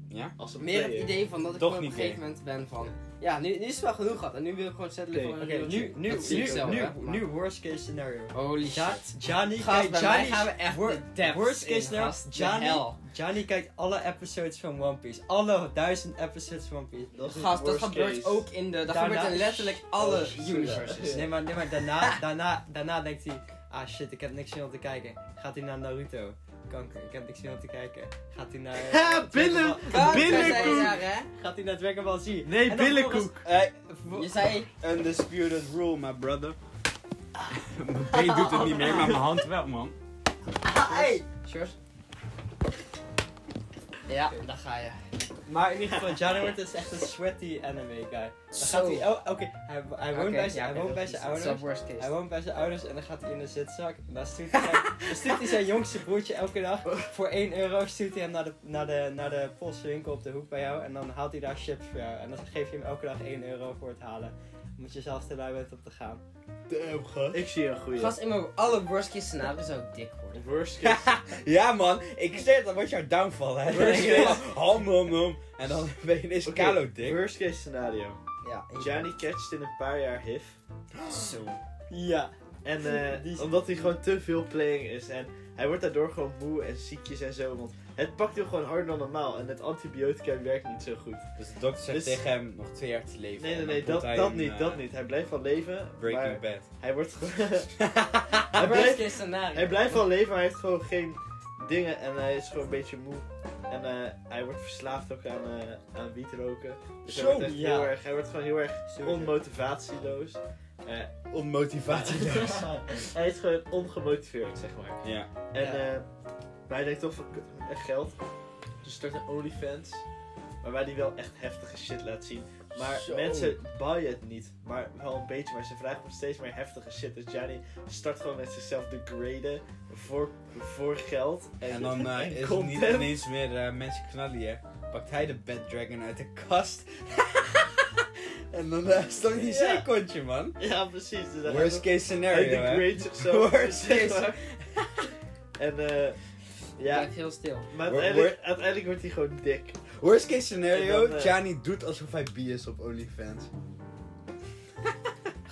C: Ja?
A: Als een
B: meer het
A: player.
B: idee van dat ik
C: Toch
B: gewoon op een
C: niet
B: gegeven moment ben van ja, nu, nu is het wel genoeg gehad en nu wil ik gewoon settelen
A: Oké,
B: voor een
D: Oké, nu,
B: wereldje.
D: nu,
B: Dat zie
D: nu,
B: ik zelf,
D: nu,
B: hè,
D: nu,
B: maar-
D: worst case scenario.
B: Holy
D: Ja,
B: shit.
D: Gianni
B: Gast,
D: kijkt,
B: bij mij
D: Gianni,
B: gaan we echt
D: wor-
B: de depths
D: worst
B: in,
D: case scenario,
B: gast. De
D: Gianni-
B: hel.
D: Gianni kijkt alle episodes van One Piece. Alle duizend episodes van One Piece.
A: Dat is
B: Gast, dat
A: worst
B: gebeurt
A: case.
B: ook in de. Dat
D: Daarna-
B: gebeurt in letterlijk alle
A: Oh,
B: universes.
A: Ja.
D: Dus Nee, maar, nee, maar daarna, daarna, daarna denkt hij, ah shit, ik heb niks zin om te kijken. Gaat hij naar Naruto? Kanker, ik heb niks zin om te kijken. Gaat hij naar... eh,
A: Ha, billen-
D: Dragon
B: Kanker, zei je
A: Billenkoek.
B: daar, hè?
D: Ball- Gaat hij naar Dragon Ball Z?
A: Nee,
D: En dan
A: billenkoek.
C: Hey,
B: Je zei,
C: undisputed rule, my brother. mijn been doet het niet meer, maar mijn hand wel, man.
D: Ah, hey.
B: Sjors? Ja, daar ga je.
D: Maar in ieder geval, Jano wordt dus echt een sweaty anime guy. Dan gaat
B: Zo.
D: hij, oh, oké, hij, hij woont bij zijn hij woont bij zijn
B: Dat
D: ouders.
B: is worst
D: Hij
B: case.
D: woont bij zijn ouders en dan gaat hij in de zitzak. En dan stuurt hij, zijn- dan stuurt hij zijn jongste broertje elke dag. Voor 1 euro stuurt hij hem naar de, naar de, naar de Poolse winkel op de hoek bij jou. En dan haalt hij daar chips voor jou. En dan geef je hem elke dag 1 euro voor het halen. Moet je zelf te lui bent om te gaan.
A: Damn, gast. Ik zie een goede.
B: Gast, in mijn alle worst case scenario zou ik dik worden.
A: Worst case.
C: Ja man, ik zeg dat wordt jouw downfall hè.
A: Worst case.
C: Ham, ham, ham. En dan ben je ineens
A: Oké,
C: kalo dik.
A: Worst case scenario.
B: Ja, ik-
A: Johnny catcht in een paar jaar HIV.
B: Zo.
D: Ja.
A: En eh,
D: Die is-
A: omdat hij gewoon te veel playing is. En hij wordt daardoor gewoon moe en ziekjes en zo. Want het pakt hem gewoon harder dan normaal. En het antibiotica werkt niet zo goed.
C: Dus de dokter zegt
A: Dus-
C: tegen hem nog twee jaar te leven.
A: Nee, nee,
C: En
A: nee,
C: dan
A: dat,
C: komt hij
A: dat
C: in,
A: niet,
C: eh,
A: dat niet. Hij blijft wel leven.
C: Breaking
A: maar
C: Bad.
A: hij wordt gewoon. hij,
B: Worst
A: blijft,
B: case scenario.
A: hij blijft wel leven, maar hij heeft gewoon geen dingen. En hij is gewoon een beetje moe. En eh, hij wordt verslaafd ook aan, eh, aan wiet roken. Dus
C: Zo,
A: hij wordt echt
D: ja.
A: heel erg. Hij wordt gewoon heel erg
D: Sowieso.
A: onmotivatieloos.
C: Onmotivatie.
A: hij is gewoon ongemotiveerd, zeg maar.
C: ja.
A: En
D: Ja.
A: eh, maar hij denkt toch van "Kut, echt geld. Dus start een OnlyFans. Waarbij hij wel echt heftige shit laat zien. Maar
C: Zo.
A: mensen buyen het niet. Maar wel een beetje. Maar ze vragen nog steeds meer heftige shit. Dus Gianni start gewoon met zichzelf te graden. Voor, voor geld. En,
C: En dan eh,
A: en
C: is het niet
A: content.
C: ineens meer eh, mensen knallen hè. Pakt hij de Bad Dragon uit de kast. en dan eh stond hij
A: Ja.
C: zijn kontje man.
A: Ja, precies. Dus hij
C: Worst
A: gaat
C: case
A: nog- hij
C: scenario hè.
A: degrade zichzelf.
C: Worst
A: zeg
C: case.
A: maar. En eh, ja.
B: Blijf heel stil.
A: Maar
C: Wor-
A: uiteindelijk, uiteindelijk wordt hij gewoon dik.
C: Worst case
A: En
C: scenario,
A: dan, eh,
C: Gianni doet alsof hij bi is op OnlyFans.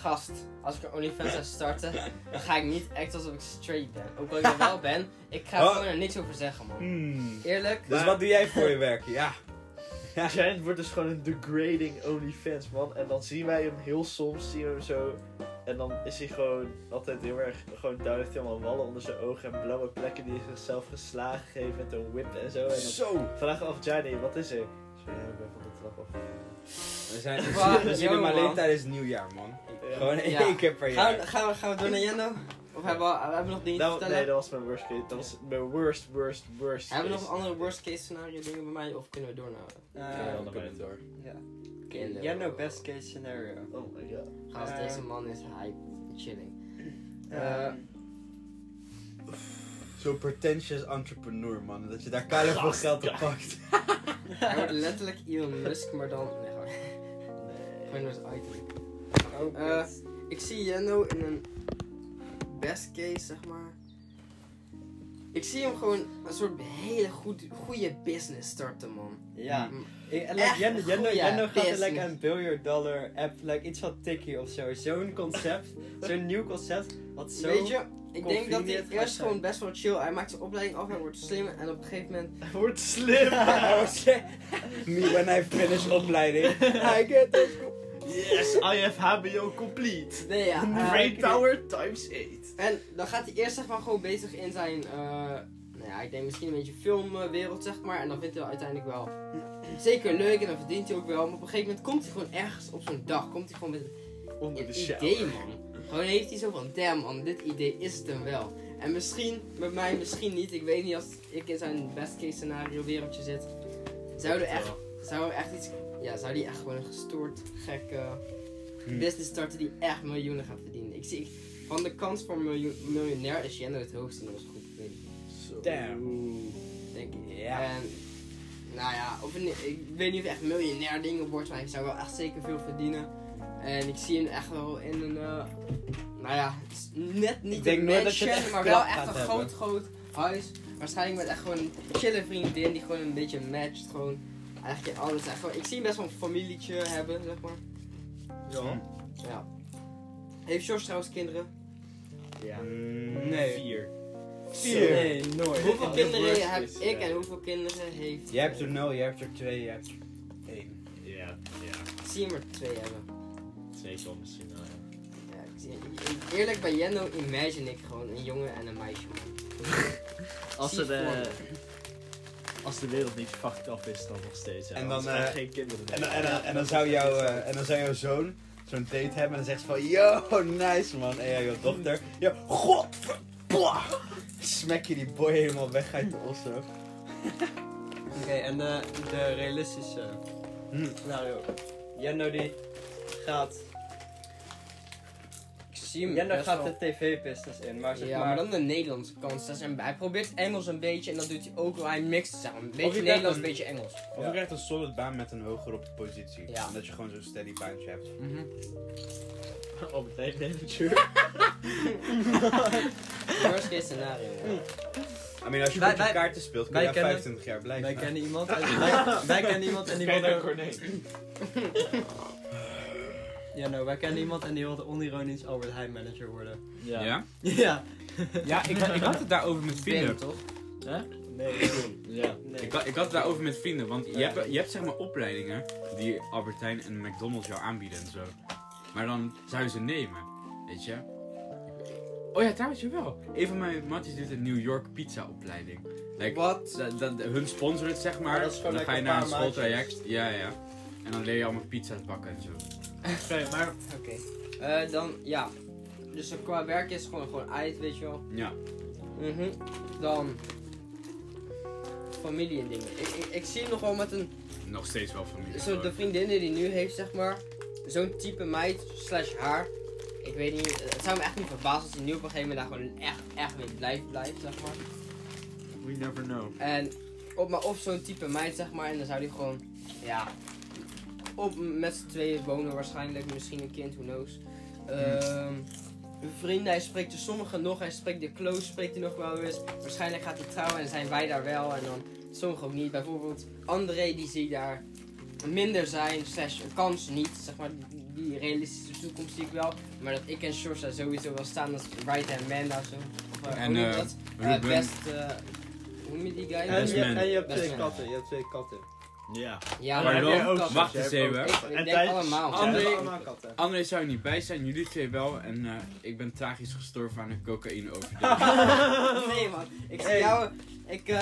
B: Gast, als ik een OnlyFans zou starten, dan ga ik niet echt alsof ik straight ben. Ook al ik er wel ben, ik ga
C: Oh.
B: gewoon er niks over zeggen, man.
C: Hmm.
B: Eerlijk?
C: Dus
A: Maar-
C: wat doe jij voor je werk? Ja. Ja.
A: Giant wordt dus gewoon een degrading OnlyFans, man. En dan zien wij hem heel soms, zien we hem zo. En dan is hij gewoon altijd heel erg, gewoon daar heeft hij allemaal wallen onder zijn ogen en blauwe plekken die hij zichzelf geslagen heeft met een whip en zo. En dan
C: Zo.
A: vraag af Johnny, wat is er? Sorry, ja, ik ben van de trap af.
C: We zijn we
B: Wow,
C: zien- we zien hem
B: yo,
C: alleen
B: man.
C: tijdens het nieuwjaar, man.
A: Ja.
C: Gewoon
B: Ja.
C: één keer per
B: Gaan we,
C: jaar.
B: gaan, we, gaan we door naar Jendo? Of hebben we, we hebben nog dingen te
A: Nou,
B: vertellen?
A: nee, dat was mijn worst case. Dat was mijn worst, worst, worst
B: hebben we
A: case.
B: nog andere worst case scenario dingen bij mij, of kunnen we door naar...
D: Eh,
A: dan ben je door.
D: ja.
B: Kinderen.
D: Eh, Jij nou best case scenario.
A: Oh my god.
B: Gast,
D: Eh.
B: deze man is hype. Chilling.
D: Eh,
B: Eh,
C: Zo'n pretentious entrepreneur, man. Dat je daar keihard veel
A: Gast,
C: geld op
A: ja.
C: pakt.
B: hij wordt letterlijk Elon Musk, maar dan... Nee, gewoon,
A: Nee.
B: gewoon door het uiterlijk.
D: oh,
B: eh, Ik zie Jendo in een best case, zeg maar. Ik zie hem gewoon een soort hele goed, goede business starten, man.
D: ja.
B: Mm.
D: Ik- en
B: Echt
D: Like, Jendo,
B: een
D: Jendo,
B: goeie
D: Jendo gaat er
B: business.
D: like een billion dollar app, like iets van Tikkie of zo. Zo'n concept, zo'n nieuw concept, wat zo...
B: Weet je, ik denk dat hij
D: convenient gaat
B: eerst
D: zijn.
B: gewoon best wel chill. Hij maakt zijn opleiding af, hij wordt slim en op een gegeven moment.
A: Hij wordt slim!
D: Oh,
C: Me when I finish opleiding. I get this.
A: yes, I have HBO complete!
B: Nee, ja. eh,
A: Brain power times 8.
B: En dan gaat hij eerst zeg maar gewoon bezig in zijn, eh nou ja, ik denk misschien een beetje filmwereld zeg maar. En dan vindt hij dat uiteindelijk wel zeker leuk en dan verdient hij ook wel. Maar op een gegeven moment komt hij gewoon ergens op zo'n dag, komt hij gewoon met
A: Onder
B: een
A: de shower.
B: idee man. Gewoon heeft hij zo van, damn man, dit idee is het hem wel. En misschien, bij mij misschien niet, ik weet niet als ik in zijn best case scenario wereldje zit. Zou er echt, zou er echt iets, ja, zou die echt gewoon een gestoord, gek... eh,
A: Hm.
C: Hmm.
B: business starter die echt miljoenen gaat verdienen. Ik zie ik- van de kans voor miljoen, miljonair is Jenner het hoogste in onze groep. Ik weet niet,
C: Damn.
B: denk ik.
C: Ja.
B: En, nou ja, of het niet- ik weet niet of het echt miljonair dingen wordt, maar ik zou wel echt zeker veel verdienen. En ik zie hem echt wel in een, eh, nou ja, het is net niet
C: Ik denk
B: een
C: nooit dat je
B: mansion,
C: het echt
B: maar
C: knap
B: wel echt een
C: gaat
B: groot,
C: hebben.
B: groot huis. Waarschijnlijk met echt gewoon een chille vriendin die gewoon een beetje matcht, gewoon eigenlijk in alles. Echt gewoon, ik zie hem best wel een familietje hebben, zeg maar.
D: Ja.
C: Mm,
B: Ja. Heeft George trouwens kinderen?
A: Ja.
C: Mm,
D: Nee.
C: Vier.
A: Vier.
D: Nee, nooit.
B: Hoeveel
A: de
B: kinderen
A: worst
B: heb
A: is, eh?
B: ik
A: ja.
B: en hoeveel kinderen heeft...
C: Jij hebt er nul, jij hebt er twee, jij hebt er één.
A: Ja, ja.
B: Ik zie hem er twee hebben.
A: Zeker wel misschien wel, ja.
B: Ja, ik zie- ik- Eerlijk, bij Jendo imagine ik gewoon een jongen en een meisje.
A: Als
B: Zie
A: ze de,
B: voor
A: als de wereld niet fucked up is, dan nog steeds. Ja.
C: En dan,
A: Anders zijn er
C: eh,
A: geen kinderen
C: En,
A: meer.
C: dan- en, dan- en, dan zou jouw, eh, en dan zou jouw zoon zo'n date hebben en dan zegt ze van... Yo, nice man. En jouw dochter... Ja, godver...
A: Boah! Smek je die boy helemaal weg uit de osso.
D: Oké, en eh, de realistische
C: Mm.
D: scenario. Jenno die gaat...
B: Ik zie hem
D: Jenno
B: best
D: gaat
B: wel.
D: de tv-business in, maar zeg
B: Ja,
D: maar...
B: maar dan de Nederlandse kans. Dat is hem- hij probeert Engels een beetje en dat doet hij ook wel. Hij mixt samen. Een
C: je
B: beetje
C: bent
B: Nederlands, een
C: een-
B: beetje Engels.
D: Ja.
C: Of je krijgt een solid baan met een hoger op de positie.
B: Ja.
C: Omdat je gewoon zo'n steady baantje hebt.
A: Op het einde natuurlijk.
B: Worst case scenario.
C: I mean, als je
D: Wij-
C: goed je
D: wij-
C: kaarten speelt, kun
D: wij
C: je daar
D: kennen-
C: 25 jaar blijven.
D: Wij kennen iemand en, wij, wij kennen iemand en die wilde... Jenno, nou, wij kennen iemand en die wilde onironisch Albert Heijn manager worden.
A: Ja.
C: Ja? Ja,
D: Ja.
C: ik, ik had het daarover met
B: Bim,
C: vrienden.
B: toch?
D: Nee,
A: Ja.
D: nee.
C: Ik, had- ik had het daarover met vrienden, want je hebt, je hebt zeg maar opleidingen die Albert Heijn en McDonald's jou aanbieden en zo. Maar dan zou je ze nemen, weet je? Oh ja, trouwens, jawel. Een van mijn matjes doet een New York pizza opleiding. Like,
B: Wat?
C: dat, dat, hun sponsoren het zeg maar.
D: Maar dat is
C: en
D: gewoon
C: dan ga je
D: lekker
C: naar een
D: een paar
C: schooltraject. Ja, ja. En dan leer je allemaal pizza's bakken en zo.
D: Oké, maar...
B: Oké. Eh, dan, ja. Dus dan qua werk is het gewoon, gewoon uit, weet je wel.
C: Ja.
B: Mhm. Dan. Familie en dingen. Ik, ik, ik zie hem nog wel met een.
C: Nog steeds wel familie.
B: Zo, de vriendinnen die hij nu heeft, zeg maar. Zo'n type meid, slash haar. Ik weet niet. Het zou me echt niet verbazen als hij nu op een gegeven moment daar gewoon echt, echt mee blijft, blijft, zeg maar.
A: We never know.
B: En, op, maar of zo'n type meid, zeg maar, en dan zou die gewoon, ja, op met z'n tweeën wonen waarschijnlijk, misschien een kind, who knows. Ehm, vrienden, hij spreekt de sommigen nog, hij spreekt de close, spreekt hij nog wel eens. Waarschijnlijk gaat hij trouwen en zijn wij daar wel en dan sommigen ook niet. Bijvoorbeeld André, die zie ik daar minder zijn, slash een kans niet, zeg maar, die, die realistische toekomst zie ik wel. Maar dat ik en Shores daar sowieso wel staan als right-hand man daar zo. Of, eh,
C: En,
B: hoe noem je
C: eh,
B: dat? Eh,
C: Ruben.
B: best, eh, hoe noem je die guy?
D: En
C: Best
D: je,
C: man.
D: en je hebt
B: Best
D: twee
B: man.
D: katten, je hebt twee katten.
A: Ja.
B: Ja,
A: Maar
B: maar
A: dan-
B: ook
A: ook-
C: Wacht
A: Jij
C: eens
A: hebt
C: even.
B: Ik, ik denk
A: tijdens-
B: allemaal.
D: Jij hebt
C: André-
D: allemaal katten.
C: André zou er niet bij zijn, jullie twee wel. En eh, ik ben tragisch gestorven aan een cocaïne overdosis.
B: Nee man, ik zie
D: Hey. Oh
B: jou. Ik, eh,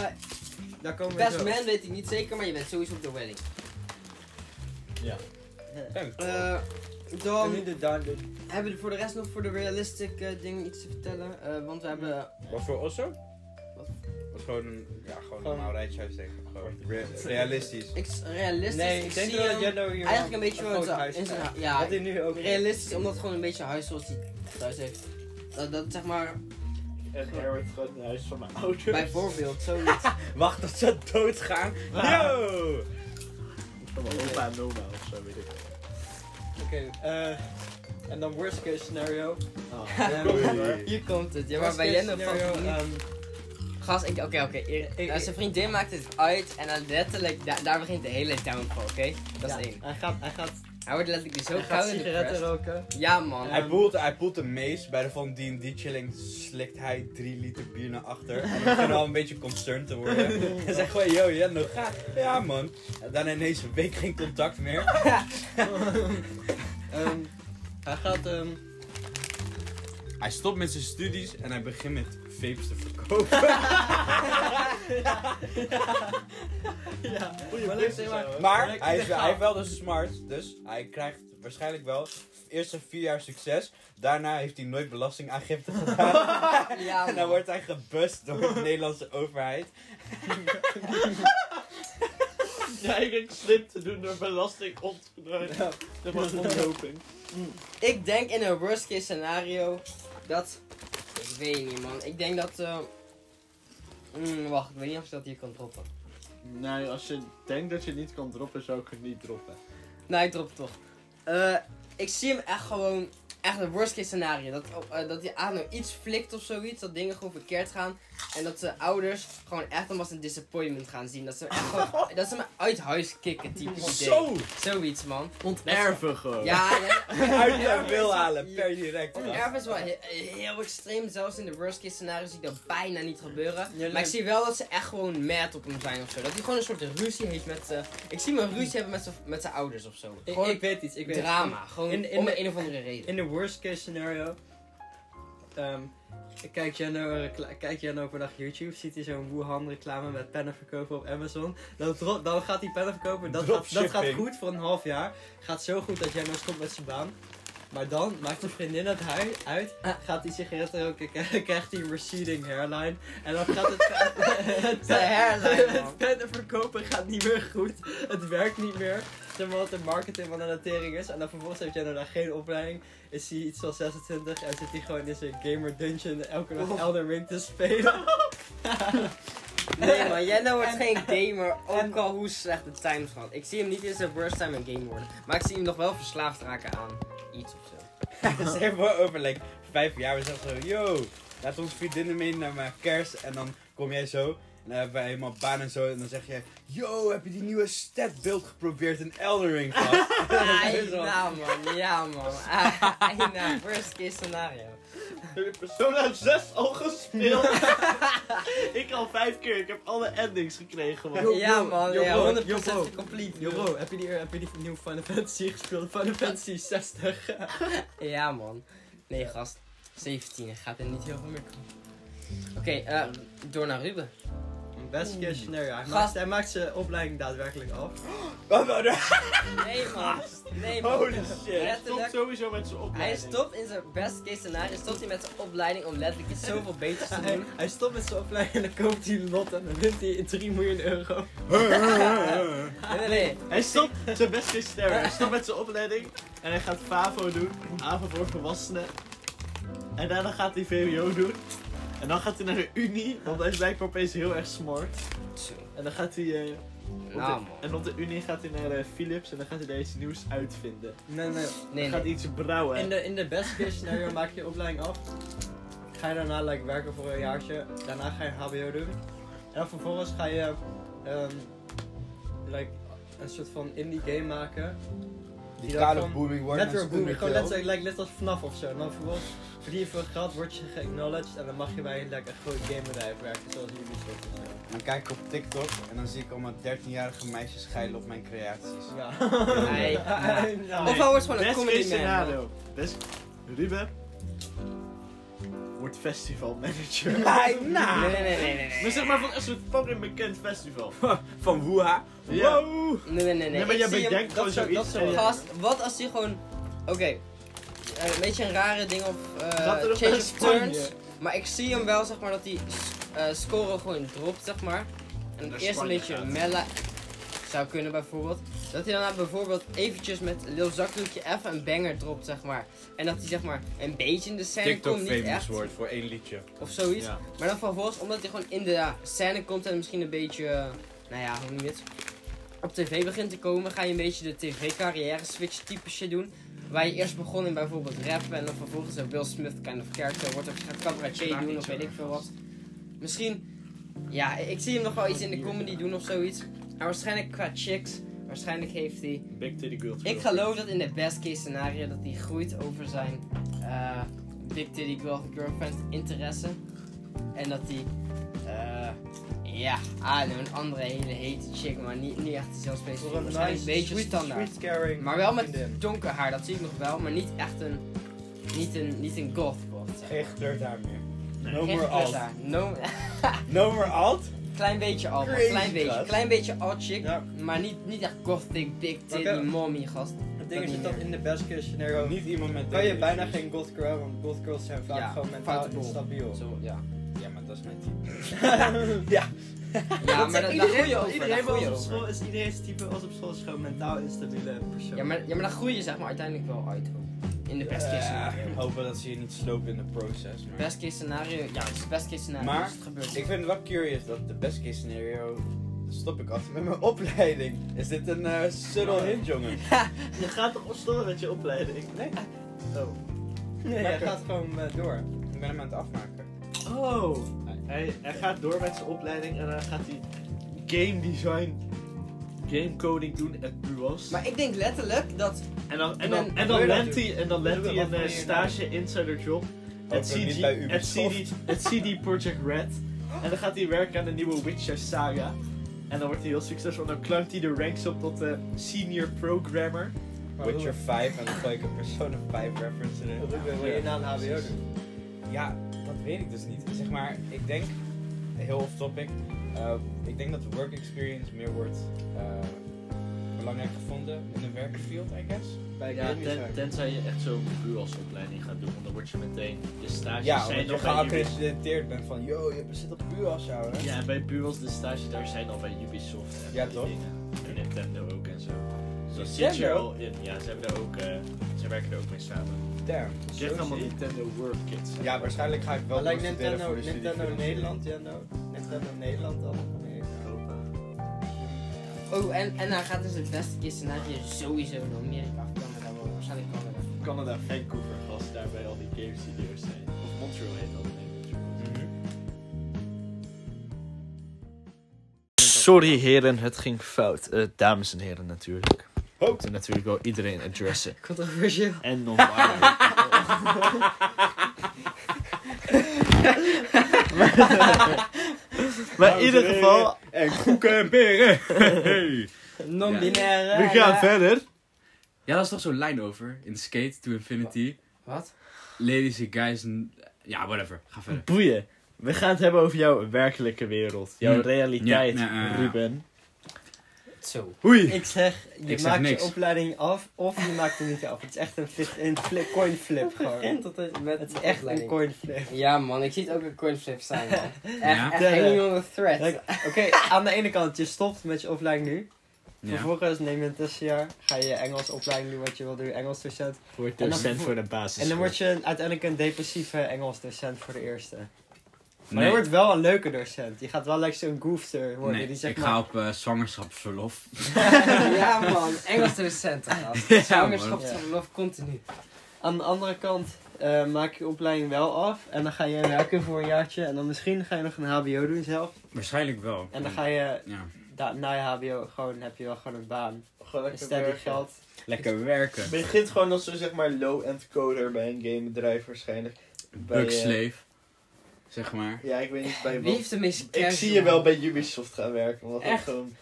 D: Daar komen we
B: best
D: zo.
B: man weet ik niet zeker, maar je bent sowieso op de wedding.
A: Ja.
B: Eh,
D: Oh. En nu
B: dan
D: de daar- de-
B: hebben we voor de rest nog voor de realistic eh, dingen iets te vertellen. eh, want we hebben.
C: Wat voor osso?
B: Wat?
C: Was gewoon een, ja, gewoon een
D: Gewoon-
C: normaal rijtje uitsteken. Gewoon re- realistisch.
B: Ik, realistisch.
D: Nee, ik
B: dus- ik
D: denk
B: zie
D: dat
B: hem
D: Jenno hier
B: Eigenlijk een beetje
D: een
B: wel in
D: groot
B: zijn-
D: huis
B: in zijn.
D: krijgt.
B: Ja,
D: Wat hij nu ook heeft.
B: realistisch omdat het gewoon een beetje huis zoals hij thuis heeft. Dat, dat zeg maar
A: En er wordt gewoon het huis van mijn ouders.
B: bijvoorbeeld zoiets.
C: Wacht tot ze doodgaan. Yo!
A: Van mijn opa en oma of zo, weet ik.
D: Oké, eh, en dan worst case scenario.
A: Ah.
D: Ja,
A: Oei.
B: Hier komt het. Ja, maar
D: worst
B: bij
D: case
B: Jenno
D: scenario,
B: valt het niet.
D: ehm,
B: Gast, ik- oké, oké. eer-
D: Ik-
B: nou,
D: ik-
B: zijn vriendin maakt het uit en dan letterlijk, da- daar begint de hele downfall, oké? Dat
D: ja,
B: is één.
D: Hij gaat, hij gaat,
B: Hij wordt letterlijk dus zo
D: hij gaat
B: koud in
D: sigaretten
B: de
D: roken.
B: Ja, man.
D: Ja.
C: Hij poelt, hij poelt een mees bij de van D&D chilling slikt hij 3 liter bier naar achter. En dan begint hij al een beetje concerned te worden. Hij zegt gewoon, yo, ja, nog ga. Ja, man. En dan ineens een week geen contact meer.
D: Ehm, hij gaat, ehm,
C: Hij stopt met zijn studies en hij begint met vapes te verkopen.
D: ja,
A: Goeie
D: maar leuk,
A: punten
D: zeg
A: zo,
D: maar.
A: hè?
C: Maar hij, is, hij heeft wel dus smart, dus hij krijgt waarschijnlijk wel eerst zijn vier jaar succes. Daarna heeft hij nooit belastingaangifte gedaan.
B: ja,
C: En
B: man.
C: dan Nou, wordt hij gebust door de Nederlandse overheid.
A: Ja, ik denk slim te doen door belasting op te
D: Ja.
A: Dat was onthoping.
B: Ik denk in een worst case scenario dat... Ik weet niet, man. Ik denk dat... eh, mm, wacht, ik weet niet of ze dat hier kan droppen.
A: Nee, als je denkt dat je het niet kan droppen, zou ik het niet droppen.
B: Nou, ik drop het toch. Eh, ik zie hem echt gewoon... Echt een worst case scenario. Dat, eh, dat die Ano iets flikt of zoiets. Dat dingen gewoon verkeerd gaan. En dat zijn ouders gewoon echt hem als een disappointment gaan zien. Dat ze hem echt gewoon... dat ze hem uit huis kicken, type idee. Zoiets, man.
A: Onterven
D: Oh.
A: gewoon.
B: Ja, ja.
C: Uit de wil halen, per direct.
B: Erf is wel he- heel extreem. Zelfs in de worst case scenario zie ik dat bijna niet gebeuren.
D: Ja,
B: Maar
D: leuk.
B: ik zie wel dat ze echt gewoon mad op hem zijn of zo. Dat hij gewoon een soort ruzie heeft met. eh, ik zie hem een ruzie hebben met zijn- met zijn ouders of zo.
D: Ik,
B: Gewoon
D: ik weet iets, ik weet iets.
B: drama. Gewoon
D: In- in
B: om
D: de-
B: een of andere reden.
D: In de worst case scenario. ehm, ik kijk Jenno, eh, recla- kijk Jenno overdag YouTube, ziet hij zo'n Wuhan reclame met pennen verkopen op Amazon. Dan, dro- dan gaat hij pennen verkopen, dat gaat, dat gaat
C: Dropshipping.
D: goed voor een half jaar. Gaat zo goed dat Jenno stopt met zijn baan. Maar dan maakt de vriendin het hui- uit, gaat hij sigaretten roken, k- krijgt hij een receding hairline. En dan gaat het... het
B: De hairline, man.
D: Het pennen verkopen gaat niet meer goed. Het werkt niet meer. Zeg maar wat de marketing van de notering is. En dan vervolgens heeft Jenna daar geen opleiding. Is hij iets van 26 en zit hij gewoon in zijn gamer dungeon elke dag Elden Ring te spelen.
B: Nee man, Jenna wordt geen gamer, ook
D: en-
B: al hoe slecht de times gaat. Ik zie hem niet in zijn worst time een game worden. Maar ik zie hem nog wel verslaafd raken aan iets of zo.
C: Dus even over like, vijf jaar, we zeggen zo, yo, laat ons vriendinnen mee naar mijn kerst. En dan kom jij zo, en dan hebben wij helemaal baan en zo. En dan zeg jij, yo, heb je die nieuwe stat-build geprobeerd in Elden Ring gast?"
B: Ai, nou man, ja man. Ai, nou, worst case scenario.
A: Persona 6 al gespeeld. ik al vijf keer. Ik heb alle endings gekregen, man.
D: Yo,
B: ja
D: bro,
B: man,
D: yo,
B: ja,
D: bro,
B: 100%
D: yo, bro.
B: complete.
D: Yo bro, heb je die, heb je die nieuwe Final Fantasy gespeeld? Final Fantasy 60.
B: Ja man. Nee gast, 17 gaat er niet heel veel meer komen. Oké, eh, door naar Ruben.
D: Best case scenario. Hij
B: Gast.
D: maakt, hij maakt zijn opleiding daadwerkelijk af.
C: Wat nou, nou?
B: Nee man, nee man.
C: Holy shit.
A: Hij stopt sowieso met zijn
B: Hij
A: opleiding.
B: stopt in zijn best case scenario, stopt hij met zijn opleiding om letterlijk iets zoveel beters te
D: Hij,
B: doen.
D: hij stopt met zijn opleiding en dan koopt hij een lot en dan wint hij 3 miljoen euro.
B: Nee, nee, nee.
A: Hij stopt zijn best case scenario. Hij stopt met zijn opleiding. En hij gaat FAVO doen. AVO voor volwassenen. En daarna gaat hij VWO doen. En dan gaat hij naar de Unie. Want hij is blijkbaar opeens heel erg smart.
B: Zo.
A: En dan gaat hij... eh, op
B: Nou
A: de-
B: man.
A: en op de Unie gaat hij naar eh, Philips. En dan gaat hij daar iets nieuws uitvinden.
D: Nee, nee.
B: Nee,
A: hij gaat
B: nee.
A: iets brouwen.
D: In de, in de best case scenario maak je je opleiding af. Ga je daarna like, werken voor een jaartje. Daarna ga je een HBO doen. En dan vervolgens ga je ehm, like, een soort van indie game maken.
C: Die
D: Die
C: kale
D: dan-
C: booming wordt
D: Net
C: naar
D: weer booming. Gewoon
C: Stoenerkill.
D: net, zo- like, net als vanaf of zo. En dan vervolgens verdien je veel geld, word je geacknowledged. En dan mag je bij like, een groot gamebedrijf werken zoals Ubisoft of zo.
C: Dan kijk ik op TikTok en dan zie ik allemaal 13-jarige meisjes schijlen op mijn creaties.
D: Ja.
B: Nee.
D: Ja.
B: Of hij wordt gewoon een
A: Best case
B: comedy man. man.
A: scenario. Best... Ruben wordt festivalmanager.
C: Ai,
B: Nee,
C: nou.
B: nee, nee, nee, nee, nee.
A: maar zeg maar van een soort fucking bekend festival.
C: Van woeha.
A: Ja.
C: Wow.
B: Nee, nee, nee, nee.
A: Nee, maar
B: Ik
A: jij
B: zie hem-
A: bedenkt gewoon
D: dat zou-
A: zoiets.
D: dat zou-
A: en-
B: Gast, wat als hij gewoon... Oké. eh, Een beetje een rare ding of eh,
A: Gaat er nog
B: change
A: naar
B: of
A: Spanje?
B: turns. Maar ik zie hem wel, zeg maar, dat hij eh score gewoon dropt, zeg maar. En
A: Naar
B: het eerst een
A: Spanje
B: beetje
A: gaat.
B: mella zou kunnen, bijvoorbeeld. Dat hij daarna bijvoorbeeld eventjes met een lil zakdoekje even een banger dropt, zeg maar. En dat hij, zeg maar, een beetje in de scène
C: TikTok
B: komt, niet
C: famous
B: echt.
C: wordt voor één liedje.
B: Of zoiets.
A: Ja.
B: Maar dan vervolgens, omdat hij gewoon in de ja, scène komt en misschien een beetje, eh, nou ja, hoe noem je het? Op tv begint te komen, ga je een beetje de tv-carrière switch type shit doen. Waar je eerst begon in bijvoorbeeld rappen en dan vervolgens een Will Smith kind of character wordt of je gaat cabaretier doen of weet ik veel wat. Misschien, ja, ik zie hem nog wel iets in de comedy doen of zoiets. Maar waarschijnlijk qua chicks, waarschijnlijk heeft hij
A: Big Titty Girl.
B: ik geloof dat in de best case scenario dat hij groeit over zijn eh Big Titty Girl Girlfriend interesse. En dat hij, eh, ja, I don't know, een andere hele hete chick, maar niet, niet echt dezelfde specifiek. Waarschijnlijk een beetje
D: sweet,
B: standaard.
D: sweet caring.
B: Maar wel met
D: vriendin.
B: donker haar, dat zie ik nog wel, maar niet echt een, niet een, niet een goth goth. zeg
C: Geen
B: maar.
C: gekleurd haar meer. No
B: Geen
C: more
B: gekleurd
C: alt.
B: haar. No,
C: No more alt.
B: klein beetje al, maar
C: Crazy,
B: klein beetje.
C: gast.
B: Klein beetje al chick,
D: Ja.
B: maar niet, niet echt gothic, big titty,
D: Oké.
B: mommy gast.
D: Het ding
B: Dat
D: is
B: niet
D: dat
B: meer.
D: in de best case scenario
C: Niet iemand met
D: kan Oh, je
C: deze
D: bijna
C: issues.
D: geen goth girl, want goth girls zijn vaak
B: Ja,
D: gewoon mentaal
B: foute boel.
D: instabiel.
B: Zo, ja.
C: Ja, maar dat is mijn type.
B: Ja, maar dat, daar groei je over. daar
D: Iedereen
B: groei je
D: op
B: over.
D: school is iedereen type als op school is gewoon mentaal instabiele persoon.
B: Ja, maar, ja, maar daar groei je zeg maar uiteindelijk wel uit. hoor. In de best case scenario.
C: Eh, hopen dat ze je niet slopen in de process. Maar...
B: Best case scenario, ja, het is best case scenario.
C: Maar-
B: dus het gebeurt.
C: Ik vind het wel curious dat de best case scenario. Dan stop ik altijd met mijn opleiding. Is dit een eh subtle hint, jongen?
A: Je gaat toch opstoppen met je opleiding?
C: Nee,
B: Ah.
A: Oh.
D: nee, hij
C: lekker.
D: gaat gewoon eh, door.
C: ik ben hem aan het afmaken.
A: Oh. Hij, hij gaat door met zijn opleiding en dan gaat hij game design, game coding doen at Nuance.
B: Maar ik denk letterlijk dat.
A: En dan, en
B: En
A: dan,
B: dan-
A: en
B: wat
A: dan
B: wil je
A: landt hij, en dan landt
D: Wat
A: hij
D: wil
A: een eh,
D: je
A: stage insider job. Het
C: Hopelijk niet
A: CD,
C: bij
A: het CD,
C: Ubisoft.
A: het CD Project Red. En dan gaat hij werken aan de nieuwe Witcher saga. En dan wordt hij heel succesvol. Dan klimt hij de ranks op tot eh, senior programmer.
D: Maar
C: Witcher 5 en dan gooi ik een Persona 5 reference
D: hoe-
C: erin.
D: hoe- hoe- wil je na een HBO doen?
C: Ja, dat weet ik dus niet. Zeg maar, ik denk, heel off topic, eh, ik denk dat de work experience meer wordt eh, belangrijk gevonden in een werkfield, I guess.
E: Bij
A: Ja,
E: game
A: ten-
E: design.
A: tenzij je echt zo'n buurasopleiding gaat doen, want dan word je meteen, je stages
E: Ja,
A: zijn
E: omdat je
A: nog bij Ubisoft.
E: geaccrediteerd bent van, yo, je zit op buurhuis, ouwe.
A: Ja, en bij bureaus de stages daar zijn al bij Ubisoft en
C: Ja,
A: die
C: toch?
A: dingen. En Nintendo ook en zo. Dus dat
E: Nintendo?
A: zit je al in. Ja, ze hebben daar ook, eh, ze werken er ook mee samen.
E: Damn.
A: Ze
E: Zo
A: hebben allemaal
E: zie je.
A: Nintendo World Kids.
E: Ja, waarschijnlijk ga ik wel
B: Maar lijkt
E: doorstuderen
B: Nintendo,
E: voor de studie
B: Nintendo
E: financiering.
B: Nederland, ja, nou, Nintendo Nederland dan? Nee. Oh, en, en hij gaat dus het beste keer scenario sowieso naar Amerika of Canada worden. Waarschijnlijk Canada.
A: Canada, Vancouver, gast, daar bij al die game studios zijn. Of Montreal heet dat. nee, Montreal. Mhm. Sorry heren, het ging fout. Eh, dames en heren natuurlijk. We moeten natuurlijk wel iedereen adressen.
B: Controversieel.
A: En non maar, maar in ieder geval,
C: En koeken en peren!
B: Non-binaire.
A: we gaan verder.
C: Ja, dat is toch zo'n lijn over in Skate to Infinity.
B: Wat?
C: Ladies and guys, n- ja, whatever. Ga verder.
A: Boeien. We gaan het hebben over jouw werkelijke wereld. Jouw
C: Hm.
A: realiteit,
C: Ja, ja, ja, ja.
A: Ruben.
B: Zo.
A: Oei.
D: Ik zeg, je
C: Ik zeg
D: maakt
C: niks.
D: je opleiding af of je maakt hem niet af. Het is echt een, flip, een flip, coin flip gewoon.
B: tot het met
D: Het is echt een coin flip.
B: Ja man, ik zie het ook een coinflip zijn man. Echt,
C: Ja?
B: echt hanging on a thread.
D: Like, Oké, aan de ene kant, je stopt met je opleiding nu. Hm.
C: Ja.
D: Vervolgens neem je een tussenjaar, ga je je Engels opleiding doen wat je wil doen, Engels docent.
A: Wordt
D: En dan-
A: docent voor de basis.
D: En dan word je een- uiteindelijk een depressieve Engels docent voor de eerste. Maar
C: Nee,
D: je wordt wel een leuke docent. Je gaat wel lekker zo'n goofster worden.
C: nee,
D: die zegt
C: ik ga op eh, zwangerschapsverlof.
B: ja man, Engels docenten gast.
C: Ja,
B: Zwangerschapsverlof continu.
D: Aan de andere kant eh, maak je opleiding wel af. En dan ga je werken voor een jaartje. En dan misschien ga je nog een hbo doen zelf.
C: Waarschijnlijk wel.
D: En dan ga je
C: Ja.
D: da- na je hbo gewoon, heb je wel gewoon een baan.
E: Gewoon
D: Een
E: lekker
D: steady
E: werken.
D: geld.
C: Lekker werken.
E: Begint gewoon als zo zeg maar low-end coder bij een gamebedrijf waarschijnlijk. Bij, eh,
C: Bugslave. Zeg maar.
E: ja, ik weet niet bij
B: Wie
E: wat.
B: heeft de meeste
E: Ik
B: casual?
E: zie je wel bij Ubisoft gaan werken, omdat het
B: Echt?
E: gewoon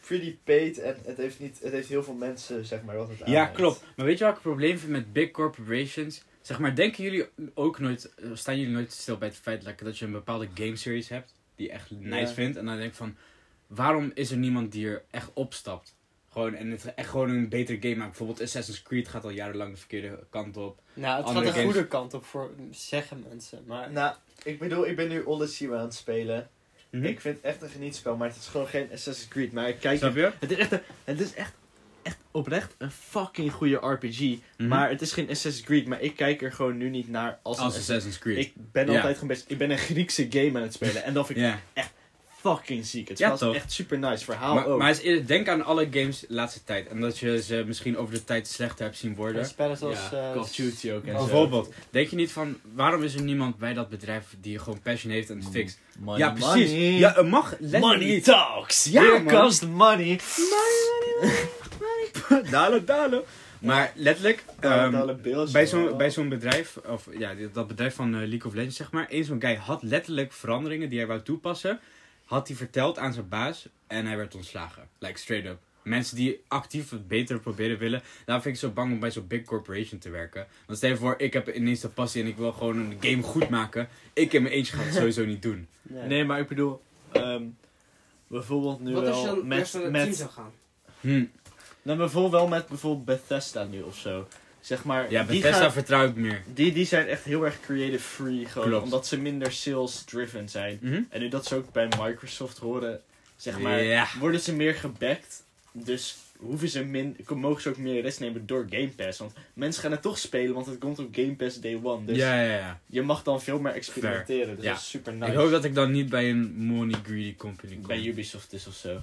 E: pretty paid en het heeft, niet, het heeft heel veel mensen zeg maar wat het
C: Ja,
E: aanneemt.
C: klopt. Maar weet je wat ik het probleem vind met big corporations? Zeg maar, denken jullie ook nooit, eh, staan jullie nooit stil bij het feit like, dat je een bepaalde game series hebt die je echt nice
E: Ja.
C: vindt? En dan denk ik van, waarom is er niemand die er echt opstapt? Gewoon, en het echt gewoon een betere game maakt. Bijvoorbeeld Assassin's Creed gaat al jarenlang de verkeerde kant op.
D: Nou, het
C: Andere
D: gaat de
C: games.
D: goede kant op voor zeggen mensen. Maar
E: Nou, ik bedoel, ik ben nu Odyssey aan het spelen.
A: Mhm.
E: Ik vind het echt een genietspel, maar het is gewoon geen Assassin's Creed. Maar ik kijk,
C: Mhm. Snap je?
A: Het is echt, een- het is echt, echt oprecht een fucking goede RPG.
C: Mhm.
A: Maar het is geen Assassin's Creed, maar ik kijk er gewoon nu niet naar als,
C: Als
A: een
C: Assassin's Creed.
A: Ik ben
C: Ja.
A: altijd gewoon best, ik ben een Griekse game aan het spelen en dat vind ik
C: ja.
A: fucking ziek. Het
C: Ja,
A: was
C: toch?
A: echt super nice verhaal
C: Maar,
A: ook.
C: maar is eerder- denk aan alle games de laatste tijd. En dat je ze misschien over de tijd slechter hebt zien worden.
D: er spellen zoals...
C: Ja,
D: eh,
A: Call of Duty ook en
C: Ja,
A: zo.
C: Bijvoorbeeld, denk je niet van, waarom is er niemand bij dat bedrijf die gewoon passion heeft en het fixt?
A: Money,
C: ja, precies.
A: money.
C: Ja, het mag letterlijk
A: money
C: niet.
A: talks.
C: Ja,
A: Here
C: man.
A: comes the money.
C: dalen, dalen. Maar letterlijk, ehm,
E: alle beelden
C: bij zo'n bij zo'n bedrijf, of ja, dit- dat bedrijf van eh, League of Legends zeg maar, één zo'n guy had letterlijk veranderingen die hij wou toepassen, had hij verteld aan zijn baas en hij werd ontslagen. Like, straight up. Mensen die actief het betere proberen willen, daarom vind ik zo bang om bij zo'n big corporation te werken. Want stel je voor, ik heb ineens de passie en ik wil gewoon een game goed maken. Ik in mijn eentje ga het sowieso niet doen.
D: nee.
A: Nee, maar ik bedoel, ehm, bijvoorbeeld nu
B: Wat als je
A: wel
B: dan eerst naar
A: met,
B: het team
A: met,
B: zou gaan?
C: Hm.
A: nou, bijvoorbeeld wel met bijvoorbeeld Bethesda nu of zo. Zeg maar,
C: Ja,
A: die
C: Bethesda
A: gaan-
C: vertrouw ik meer.
A: Die, die zijn echt heel erg creative free, gewoon
C: Klopt.
A: omdat ze minder sales driven zijn. En nu dat ze ook bij Microsoft horen, Mhm. zeg maar,
C: Ja.
A: worden ze meer gebackt. Dus hoeven ze min, mogen ze ook meer rest nemen door Game Pass. Want mensen gaan het toch spelen, want het komt op Game Pass Day One. Dus
C: ja, ja, ja.
A: je mag dan veel meer experimenteren. Dus
C: Ja.
A: dat is super nice.
C: Ik hoop dat ik dan niet bij een money greedy company kom.
A: Bij Ubisoft dus of zo.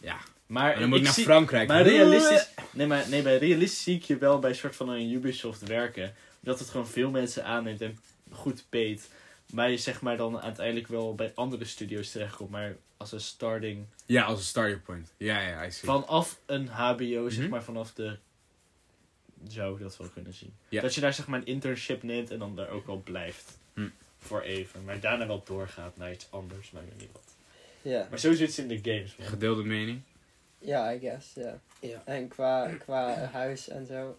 C: Ja,
A: Maar,
C: maar dan moet ik eh,
A: ik
C: naar
A: zie-
C: Frankrijk.
A: maar realistisch, nee, maar, nee, bij realistisch zie ik je wel bij een soort van een Ubisoft werken. Dat het gewoon veel mensen aanneemt en goed peet. Maar je zeg maar dan uiteindelijk wel bij andere studio's terechtkomt. Maar als een starting
C: Ja, als een starting point. Ja, ja, I see.
A: Vanaf een HBO, zeg
C: Mhm.
A: maar, vanaf de. Zou ik dat wel kunnen zien?
C: Ja.
A: Dat je daar zeg maar een internship neemt en dan daar ook wel blijft.
C: Hm.
A: Voor even. Maar daarna wel doorgaat naar iets anders, maar ik weet niet wat.
D: Ja.
A: Maar zo zit ze in de games, man.
C: Gedeelde mening.
D: Ja, I guess, ja.
B: Ja.
D: En qua, qua huis en zo.
C: Nog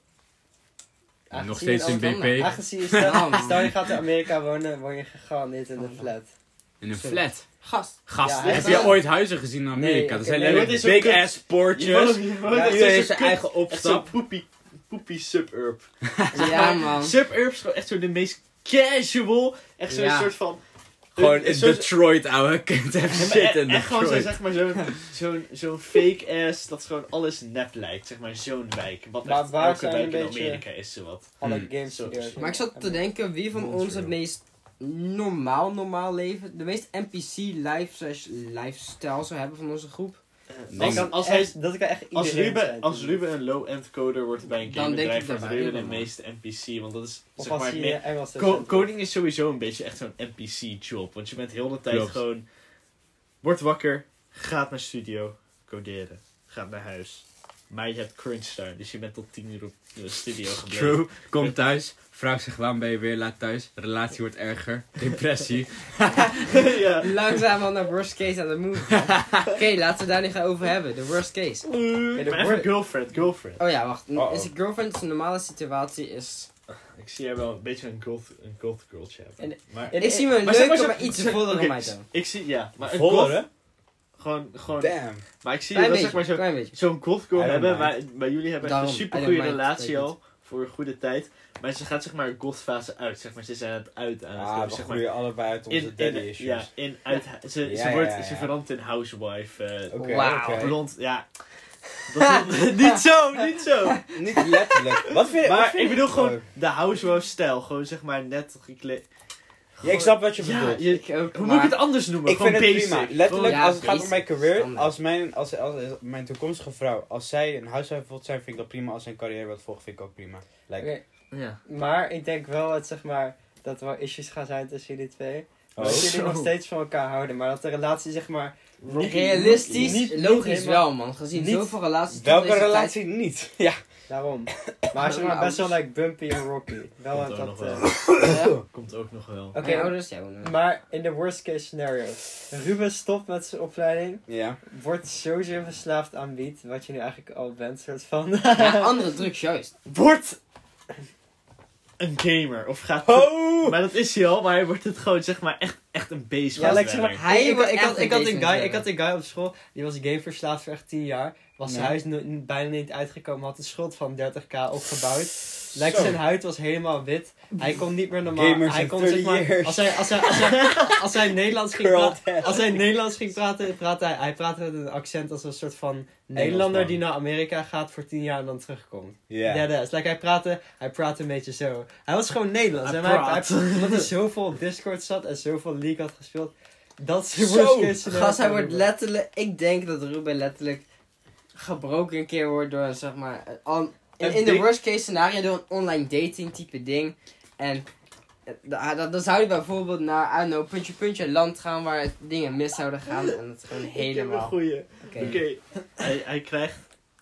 D: Aangezien-
C: steeds in
B: Amsterdam.
C: BP.
D: Aangezien je
B: Ja,
D: stel,
B: man.
C: Hmm,
D: stel je gaat in Amerika wonen, woon je gegarandeerd in een flat.
F: In een flat.
B: Gast.
F: Gast,
B: Ja, hij
F: heb
B: heeft
F: jij
B: wel-
F: ooit huizen gezien in Amerika?
B: Nee,
F: dat
B: ik-
F: zijn
B: nee,
A: dat is
F: letterlijk
A: zo
F: big
A: kut.
F: ass
A: Je woont-
F: poortjes.
A: je woont
B: Ja,
A: echt
F: Iedereen heeft zijn
A: zo'n kut-
F: eigen
A: Echt zo'n
F: opstap.
A: poepie, poepie suburb.
B: Ja, man.
A: Suburb is gewoon echt zo de meest casual. Echt zo'n
B: Ja.
A: soort van...
F: Gewoon
A: een-
F: in
A: zo'n-
F: Detroit, ouwe. Kunt even
A: Ja, maar
F: zitten in
A: e- echt gewoon zo,
F: Detroit.
A: zeg maar, zo'n zo'n zo'n fake ass dat gewoon alles nep lijkt. Zeg maar zo'n wijk. Wat
D: Maar
A: echt
D: waar
A: elke
D: zijn
A: wijk in
D: een beetje-
A: Amerika is, zowat.
D: Alle
F: Hmm.
D: games
A: Zo.
D: die er zijn.
B: Maar ik zat te denken wie van ons het meest normaal, normaal leven, de meest NPC life slash lifestyle zou hebben van onze groep.
F: Dan-
D: Ik kan
A: als, hij,
D: echt, dat kan echt
A: als,
D: iedereen
A: Ruben,
D: zijn.
A: als Ruben een low-end coder wordt bij een
B: Dan
A: gamebedrijf,
B: denk ik
A: wordt
B: dat
A: Ruben de
B: wij-
A: meeste NPC. Want dat is
D: Of
A: zeg
D: als
A: maar
D: hij
A: het meer-
D: eh, Engels
A: Ko-
D: is.
A: Koning is sowieso een beetje echt zo'n NPC-job. Want je bent heel de tijd
F: Klopt.
A: gewoon... Wordt wakker, gaat naar studio, coderen. Gaat naar huis. Maar je hebt crunch time, dus je bent tot 10 uur op de studio gebleven.
F: True. Kom thuis. Vrouw zegt waarom ben je weer laat thuis? Relatie wordt erger. Depressie.
A: ja.
B: Langzaam al naar worst case aan de move. man. Oké, laten we daar nu gaan over hebben. De worst case.
A: Maar
D: de
A: even
D: woorden-
A: girlfriend, girlfriend.
B: Oh ja, wacht.
A: Uh-oh.
B: Is een girlfriend zijn normale situatie is...
A: Ik zie jij wel een beetje een goth, een goth girltje hebben.
B: En-
A: Maar,
B: Ik zie me een
A: maar zeg
B: leuke, maar,
A: zo-
B: iets
A: zeg-
B: voller
A: oké,
B: dan mij dan.
A: Ik zie, ja. Maar een
D: Voller,
A: goth, gewoon, gewoon.
F: Damn.
A: Maar ik zie je
B: Klein
A: wel
B: beetje,
A: zeg maar zo-
B: klein beetje.
A: zo'n goth girl
D: I don't
A: hebben. Maar,
D: mind.
A: maar jullie hebben echt een
B: Daarom,
A: super
B: I
A: goede
B: don't mind,
A: relatie
B: betekent.
A: al. Voor een goede tijd. Maar ze gaat zeg maar een goth fase uit. Zeg maar ze zijn aan het uit aan het
C: Ah,
A: doen,
C: we
A: zeg maar.
C: groeien allebei uit onze
A: In,
C: daddy
A: in,
C: issues.
A: ja, in, uit, ze, ze,
C: Ja, ja,
A: wordt,
C: ja,
A: ze
C: ja.
A: verandert in housewife. eh
C: Oké,
B: Wauw.
C: oké.
A: Blond, ja. Dat is, niet zo, niet zo.
C: Niet letterlijk. Wat vind je? wat
A: Maar
C: vind
A: ik
C: je-
A: bedoel
C: Oh.
A: gewoon de housewife-stijl. Gewoon zeg maar net gekleed.
C: Ja, ik snap wat je
A: Ja,
C: bedoelt.
A: je-
B: Ik ook,
A: Hoe
B: maar-
A: moet ik het anders noemen?
C: Ik
A: Gewoon
C: vind het
A: basic.
C: prima. Letterlijk,
B: Ja,
C: als het gaat om
B: basic,
C: mijn career,
B: standaard.
C: als mijn, als, als, als mijn toekomstige vrouw, als zij een huishouden wilt zijn, vind ik dat prima. Als zij een carrière wilt volgen, vind ik ook prima. Like,
D: Oké,
A: Gewoon- ja.
D: Maar ik denk wel dat, zeg maar, dat er wel issues gaan zijn tussen jullie twee.
C: oh.
D: Dat
A: Zo.
D: jullie nog steeds van elkaar houden, maar dat de relatie zeg maar... niet-
B: Realistisch,
D: niet- niet
B: logisch
D: helemaal-
B: wel man. Gezien
D: niet-
B: zoveel relaties. tot
C: Oh. Welke
B: deze tijd-
C: relatie niet? Ja.
D: Daarom. Maar zeg maar best wel like Bumpy en Rocky. Wel
A: Komt ook nog
D: dat... eh,
A: wel.
B: Ja.
A: Komt ook nog wel.
D: Oké,
B: Oké, dus ouders, ja. hoe dan ook.
D: maar in de worst case scenario. Ruben stopt met zijn opleiding.
C: Ja.
D: Wordt sowieso verslaafd aan wiet, wat je nu eigenlijk al bent, soort van.
B: Ja, andere drugs juist.
A: Wordt een gamer. Of gaat.
C: Oh!
A: Maar dat is hij al, maar hij wordt het gewoon zeg maar echt, echt een base.
D: Ja, like,
A: van
D: zeg maar,
A: werk.
B: Hij
D: ik,
B: wordt
D: ik
B: echt
D: had,
B: een
D: ik, had een
B: decent
D: guy,
B: werk.
D: ik had een guy op school, die was gameverslaafd voor echt 10 jaar. Was zijn
C: Ja.
D: huis no- n- bijna niet uitgekomen, had een schuld van 30k opgebouwd. Like,
C: Zo.
D: zijn huid was helemaal wit. Hij kon niet meer normaal.
C: Gamers
D: hij
C: in
D: kon
C: 30
D: zeg maar,
C: years.
D: als hij, als, hij, als, hij, als hij Nederlands ging
C: Curled
D: praten, als hij Nederlands ging praten, praatte hij, hij praatte met een accent als een soort van Nederlander
C: man.
D: die naar Amerika gaat voor 10 jaar en dan terugkomt.
C: Ja.
D: Ja, dat is. Like, hij praatte, hij praatte een beetje zo. Hij was gewoon Nederlands.
A: Hij
D: en hij,
A: praat.
D: hij- omdat hij zoveel op Discord zat en zoveel League had gespeeld. Dat is
C: Zo,
D: de worst case scenario
B: Gast, hij
D: voor
B: wordt
D: Ruben.
B: letterlijk. Ik denk dat Ruben letterlijk gebroken een keer wordt door een zeg maar. een on- in,
D: Een
B: in de
D: dik-
B: worst case scenario door een online dating type ding. En eh, da- da- dan zou je bijvoorbeeld naar, I don't know, puntje puntje land gaan waar het dingen mis zouden gaan. En dat is gewoon
A: Ik heb een
B: helemaal.
A: goeie.
B: Oké.
A: Oké, hij, hij krijgt.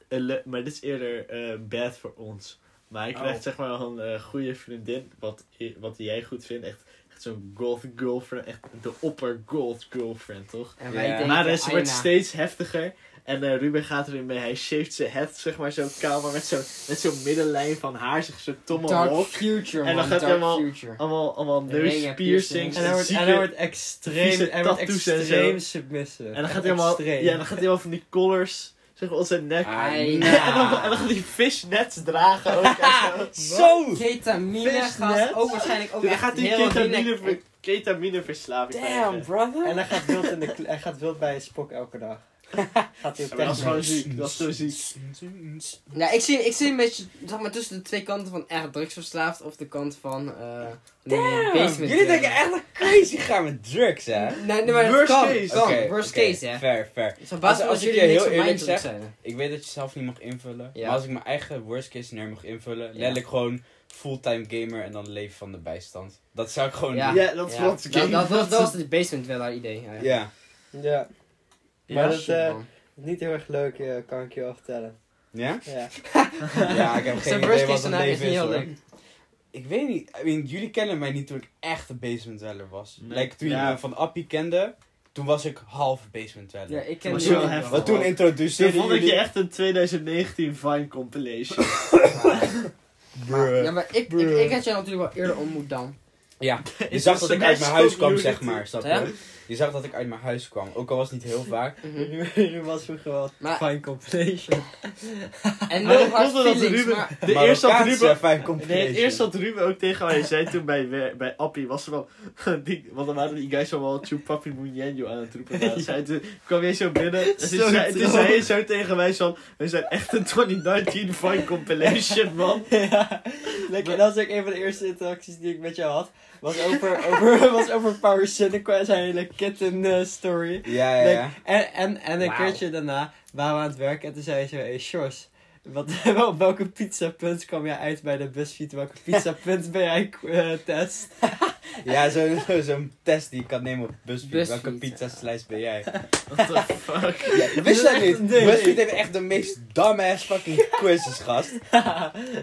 A: Een le- maar dit is eerder eh, bad voor ons. Maar hij krijgt
C: Oh.
A: zeg maar een eh, goede vriendin. Wat, i- wat jij goed vindt. Echt, echt zo'n gold girlfriend. Echt de opper gold girlfriend, toch?
B: En wij
C: Ja.
B: denken,
A: Maar ze wordt
B: Aina.
A: steeds heftiger. En eh, Ruben gaat erin mee. Hij shaved zijn head, zeg maar, zo kaal. Maar met zo'n met zo'n middenlijn van haar, zeg, zo'n
B: Dark
A: tomahawk.
B: Future, man.
A: En dan gaat hij
B: Dark
A: allemaal-
B: Future.
A: Allemaal, allemaal
B: Ringen,
A: neuspiercings.
B: piercings.
D: En hij wordt, en hij wordt extreem,
A: vieze
D: hij wordt
A: tattoos en
D: extreem
C: Eh,
D: submissive.
A: En dan gaat
D: Echt
A: hij helemaal,
D: extreem.
A: ja, dan gaat hij helemaal van die collars zeg maar, op zijn
C: Ah,
A: nek.
B: Aina.
A: En, dan, en dan gaat hij fishnets dragen ook. en zo.
C: Zo!
B: Ketamine,
A: Visnet.
B: gast. Ook waarschijnlijk ook
A: Dan
B: echt
A: gaat hij
B: heroïne.
A: ketamine, ver, ketamine verslaving
C: Damn,
A: krijgen.
C: brother.
D: En hij gaat wild, in de, kle- hij gaat wild bij Spock elke dag. gaat hij op
A: Ja, maar dat is
D: techno.
A: gewoon ziek, dat is zo ziek.
B: Nou, ik zie, ik zie een beetje zeg maar, tussen de twee kanten van echt drugsverslaafd of de kant van. eh Damn,
C: Jullie denken echt dat ik crazy gaan met drugs, hè?
B: eh, Nee, nee, maar dat
A: Worst
B: kan,
A: case.
B: kan,
C: Oké,
B: worst
C: oké,
B: case, hè.
C: Fair, fair.
B: Zo basis als,
C: Als- als ik
B: jullie
C: je
B: niks
C: heel
B: van mij
C: eerlijk
B: druk
C: zeg-
B: zijn.
C: Ik weet dat je zelf niet mag invullen.
B: Ja.
C: Maar als ik mijn eigen worst case scenario mag invullen, letterlijk gewoon fulltime gamer en dan leven van de bijstand. Dat zou ik gewoon
A: Ja,
B: Ja.
C: doen. Ja.
A: dat is
B: Ja,
A: wat
B: dat, dat, dat, dat was het basement wel haar idee. eigenlijk.
D: Ja. Maar dat is eh,
B: Shit, man.
D: niet heel erg leuk, eh, kan ik je wel vertellen.
C: Ja?
D: Ja.
C: Ja, ik heb geen
B: Zijn
C: idee
B: worst case
C: wat een
B: scenario is
C: leven
B: niet
C: is,
B: heel
C: hoor.
B: leuk.
C: Ik weet niet. I mean, jullie kennen mij niet toen ik echt een basement dweller was.
A: Nee.
C: Like, toen
A: Ja.
C: je me van Appie kende, toen was ik half basement dweller.
B: Ja, ik ken
A: Maar
B: die
A: zo
B: ook
A: heftig.
B: wel.
C: Wat toen
A: Toen
C: introduceerde
A: vond ik
C: jullie...
A: je echt een 2019 Vine compilation.
C: Bruh.
B: Ja, maar ik, ik,
C: Bruh.
B: ik had jou natuurlijk wel eerder ontmoet dan.
C: Ja, je
G: Is
C: zag
G: dit
C: dat ik uit
G: semester
C: mijn huis kwam,
G: community?
C: zeg maar. Snap
B: Ja?
C: je? Je zag dat ik uit mijn huis kwam. Ook al was het niet heel vaak.
B: Mhm.
D: Nu, nu was we gewoon
B: Maar-
D: fine compilation.
G: Maar
B: En no
G: dat
B: hard
G: komt omdat
B: feelings,
G: Ruben-
B: maar...
G: De eerste had Ruben...
C: fijn
A: Nee, het eerst had Ruben ook tegen mij zei toen bij, wer- bij Appie was er wel. Die, want dan waren die guys allemaal Chupapi Munyenjo aan het roepen. Ja. Zei, toen kwam jij zo binnen. En toen
G: Zo
A: zei, toen
G: dom.
A: zei hij zo tegen mij: van, We zijn echt een 2019 Fine Compilation, man.
D: ja, lekker. Dat was ook een van de eerste interacties die ik met jou had. Was over, over, was over Power Cynical en zijn hele kitten eh, story.
C: Ja, ja, ja.
D: En, en, en een
B: Wauw.
D: keertje daarna waren we aan het werk en toen zei hij zo, hey Sjors, wat, op welke pizzapunt kwam jij uit bij de busfeed? Welke pizzapunt ben jij eh, test?
C: Ja, zo- zo- zo'n test die je kan nemen op Busfeed.
B: Busfeed,
C: Welke pizza slice ben jij?
A: What the fuck?
C: Ja, wist
D: is
C: dat
D: echt
C: niet?
D: een ding.
C: Busfeed heeft echt de meest dumbass fucking quizzes, gast.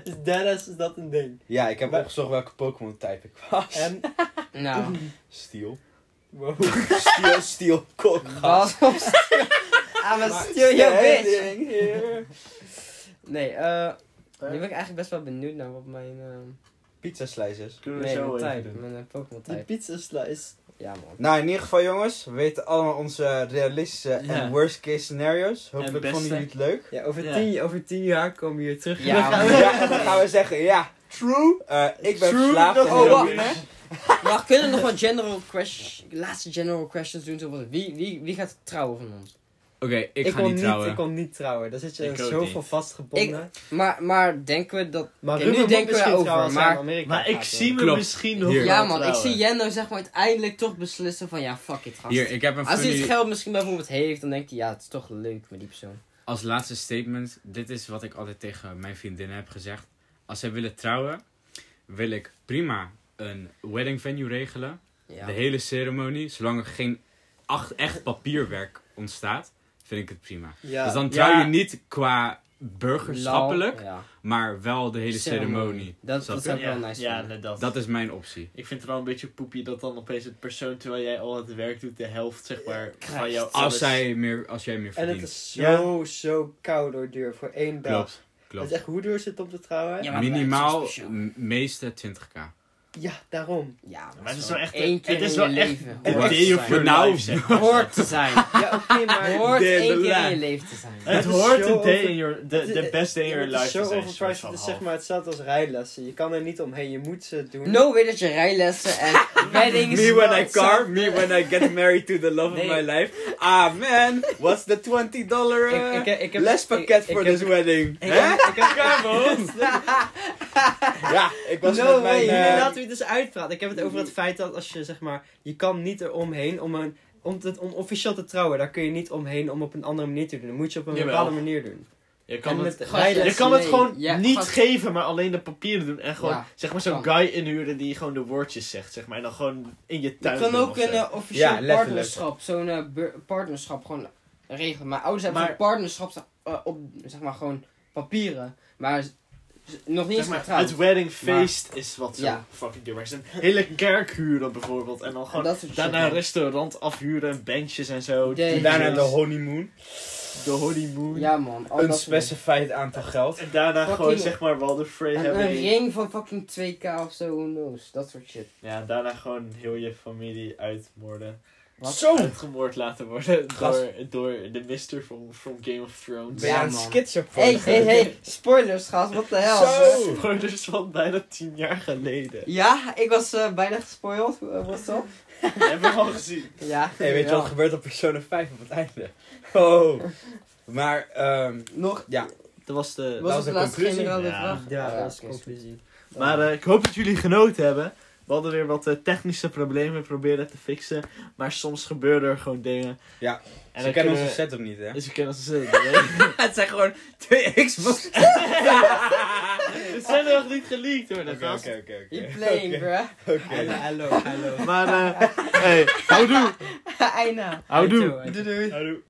D: dus daarnaast is dat een ding.
C: Ja, ik heb
D: Maar-
C: opgezocht welke Pokémon type ik was.
D: En,
B: Nou,
C: Steel.
D: wow.
C: Steel, steel, kok, gast.
B: was op I'm a steal your bitch!
C: Standing here.
B: Nee, eh... Nu ben ik eigenlijk best wel benieuwd naar wat mijn... ehm,
C: Pizza slices.
A: Kunnen we
B: nee,
A: zo
B: mijn
A: even
B: type.
A: doen.
B: Mijn eh, Pokémon
D: Die
B: type.
D: pizza slice.
B: Ja, man.
C: Nou, in ieder geval jongens, we weten allemaal onze realistische
D: Ja.
C: en worst case scenario's.
A: En
C: Hopelijk
A: beste.
C: vonden jullie het leuk.
D: Ja, over,
A: Ja.
D: Tien, over tien jaar komen we hier terug.
B: Ja, man.
C: Ja, en dan gaan we zeggen, ja, true. Eh, ik ben
A: True, Oh,
C: verslaafd
A: dat
C: en
A: is
H: oh,
C: heel
B: ook
C: wish.
A: weer.
B: Maar kunnen we nog wat general questions... Laatste general questions doen? Zoals wie, wie, wie gaat trouwen van ons?
H: Oké, ik,
D: Ik,
H: ga
D: kon
H: niet
D: niet,
H: trouwen.
D: ik kon niet trouwen. Daar zit je
A: Ik
D: aan
A: ook
D: zoveel vastgebonden.
B: Maar, maar denken we dat...
D: maar
B: Oké,
D: Ruben
B: nu
D: moet
B: denken we
D: misschien
B: erover,
D: trouwen als hij
B: maar-
D: naar Amerika
A: Maar ik
D: gaat,
A: zie me
H: Klopt.
A: misschien nog
H: Hier.
A: wel
B: Ja, man. Ik
A: trouwen.
B: zie Jendo zeg maar uiteindelijk toch beslissen van... Ja, fuck it, gast.
H: Hier, ik heb een
B: Als hij
H: funny...
B: het geld misschien bijvoorbeeld heeft, dan denkt hij, ja, het is toch leuk met die persoon.
H: Als laatste statement, dit is wat ik altijd tegen mijn vriendinnen heb gezegd. Als zij willen trouwen, wil ik prima een wedding venue regelen.
B: Ja.
H: De hele ceremonie, zolang er geen ach- echt papierwerk ontstaat, vind ik het prima.
D: Ja.
H: Dus dan
A: Ja.
H: trouw je niet qua burgerschappelijk,
B: Lal, ja.
H: maar wel de hele ceremonie.
B: Dat,
H: Snap
B: dat
H: je?
B: zou ik wel
A: Ja,
B: nice
A: ja,
B: vinden.
A: net dat.
H: Dat is mijn optie.
A: Ik vind het wel een beetje poepie dat dan opeens het persoon, terwijl jij al het werk doet, de helft zeg maar van jouw
H: Als,
A: alles-
H: zij meer, als jij meer
D: En het
H: verdient.
D: is zo, zo koud door duur voor één dag.
H: Klopt,
D: Het
H: klopt.
D: is echt hoe duur zit op de trouwen?
B: Ja.
D: Ja,
B: maar het is
H: Minimaal,
B: speciaal.
H: m- meeste 20k.
D: daarom.
B: Ja,
A: Maar het is wel echt een-
B: één keer
A: het is
B: in
A: wel
B: je
A: echt
B: leven.
A: Een
H: Hoort
A: day
H: te
A: of
H: zijn.
A: your
H: Nou,
A: life, zeg maar.
B: Hoort te zijn.
D: Ja, oké, maar...
B: Hoort
H: Derde
B: één keer in
H: lijn.
B: je leven te zijn.
A: Het
D: is
A: hoort
D: zo
A: een day
D: over-
A: in your, de,
D: het is-
A: de best day in
D: Ja,
A: your
D: maar
A: life
D: het is
A: te
D: zo
A: zijn, soort
D: overpriced,
A: van
D: het is
A: half.
D: dus zeg maar hetzelfde als rijlessen. Je kan er niet omheen, je moet ze doen.
B: No way dat je rijlessen en weddings...
C: Me when I
B: zo-
C: carve, me when I get married to the love
D: Nee.
C: of my life. Ah man, what's the 20 dollar
D: Ik, ik, ik heb...
C: lespakket
D: ik-
C: for
D: ik heb- dus
C: this wedding? Hè?
D: Ik, heb- ik heb...
C: Ja, ik was
D: no
C: met
D: way,
C: mijn...
D: jullie
C: eh,
D: laten we het dus uitpraten. Ik heb het over het feit dat als je zeg maar... Je kan niet eromheen om een... Om, te, om officieel te trouwen, daar kun je niet omheen om op een andere manier te doen. Dat moet je op een
A: Jawel.
D: bepaalde manier doen.
A: Je kan
D: en
A: het,
D: met
B: gast,
A: je
D: rijlessen...
A: kan het
B: nee.
A: gewoon
B: Ja,
A: niet
B: gast.
A: geven, maar alleen de papieren doen. En gewoon
B: Ja,
A: zeg maar zo'n
B: kan.
A: guy inhuren die gewoon de woordjes zegt, zeg maar. En dan gewoon in je
B: Je
A: tuin
B: kan
A: doen
B: ook
A: of
B: een
A: zo.
B: eh, officieel
C: Ja, letterlijk.
B: partnerschap, zo'n eh, bur- partnerschap gewoon regelen. Mijn ouders hebben
A: Maar-
B: zo'n partnerschap sta- eh, op, zeg maar, gewoon papieren. Maar z- z- nog niet eens
A: Zeg maar,
B: getrouwd.
A: het weddingfeest is wat zo
B: Ja.
A: fucking duur is. Een hele kerk huren bijvoorbeeld. En dan
B: En
A: gewoon
B: dat soort
A: daarna
B: shit,
A: een restaurant afhuren en bandjes en zo.
B: Ja, ja, ja.
A: DJ's,
C: Daarna de honeymoon.
A: de honeymoon.
B: man. Ja man, al
C: Een
B: dat soort-
C: specified aantal geld.
A: En daarna
B: Fucking-
A: gewoon zeg maar Walder Frey
B: En
A: hebben.
B: een
A: die-
B: ring van fucking 2k of zo, who knows. Dat soort shit.
A: Ja, daarna gewoon heel je familie uitmoorden.
B: Wat?
C: Zo!
A: Uitgemoord laten worden
C: Gast.
A: door, door de mister van, van Game of Thrones.
C: Ben je
B: Ja,
C: aan het
B: man. Hey,
C: schizofreen?
B: hey, hey, spoilers gast, wat de hel.
C: Zo!
A: Spoilers Oh. dus van bijna tien jaar geleden.
B: Ja, ik was eh, bijna gespoild, Hoe, eh, was dat?
A: Hebben we al gezien.
B: Ja.
C: Nee, weet je
B: ja.
C: wat er gebeurt op Persona 5 op het einde? Oh. Maar, ehm
B: Nog,
C: ja.
A: Dat was de...
B: was
C: was
B: het de
C: de
B: laatste
C: conclusie.
B: generale
A: Ja.
B: vraag?
D: Ja,
B: Ah,
D: dat is de
B: oké, is goed.
D: conclusie.
A: Maar eh, ik hoop dat jullie genoten hebben. We hadden weer wat eh, technische problemen proberen te fixen. Maar soms gebeuren er gewoon dingen.
C: Ja.
A: En
C: ze
A: dan
C: kennen
A: kunnen
C: onze
A: we...
C: setup niet,
D: Dus-
C: hè?
A: Ze kennen onze set. nee.
C: het zijn gewoon twee Xbox.
A: We zijn nog niet geleakt hoor, dat
C: Oké,
A: gast.
C: oké, oké.
B: You playing, bruh.
D: Hallo,
C: Oké.
D: hallo, hallo.
A: Maar eh hey, houdoe.
B: Eina.
A: Houdoe.
D: Doei, doei.
A: Houdoe.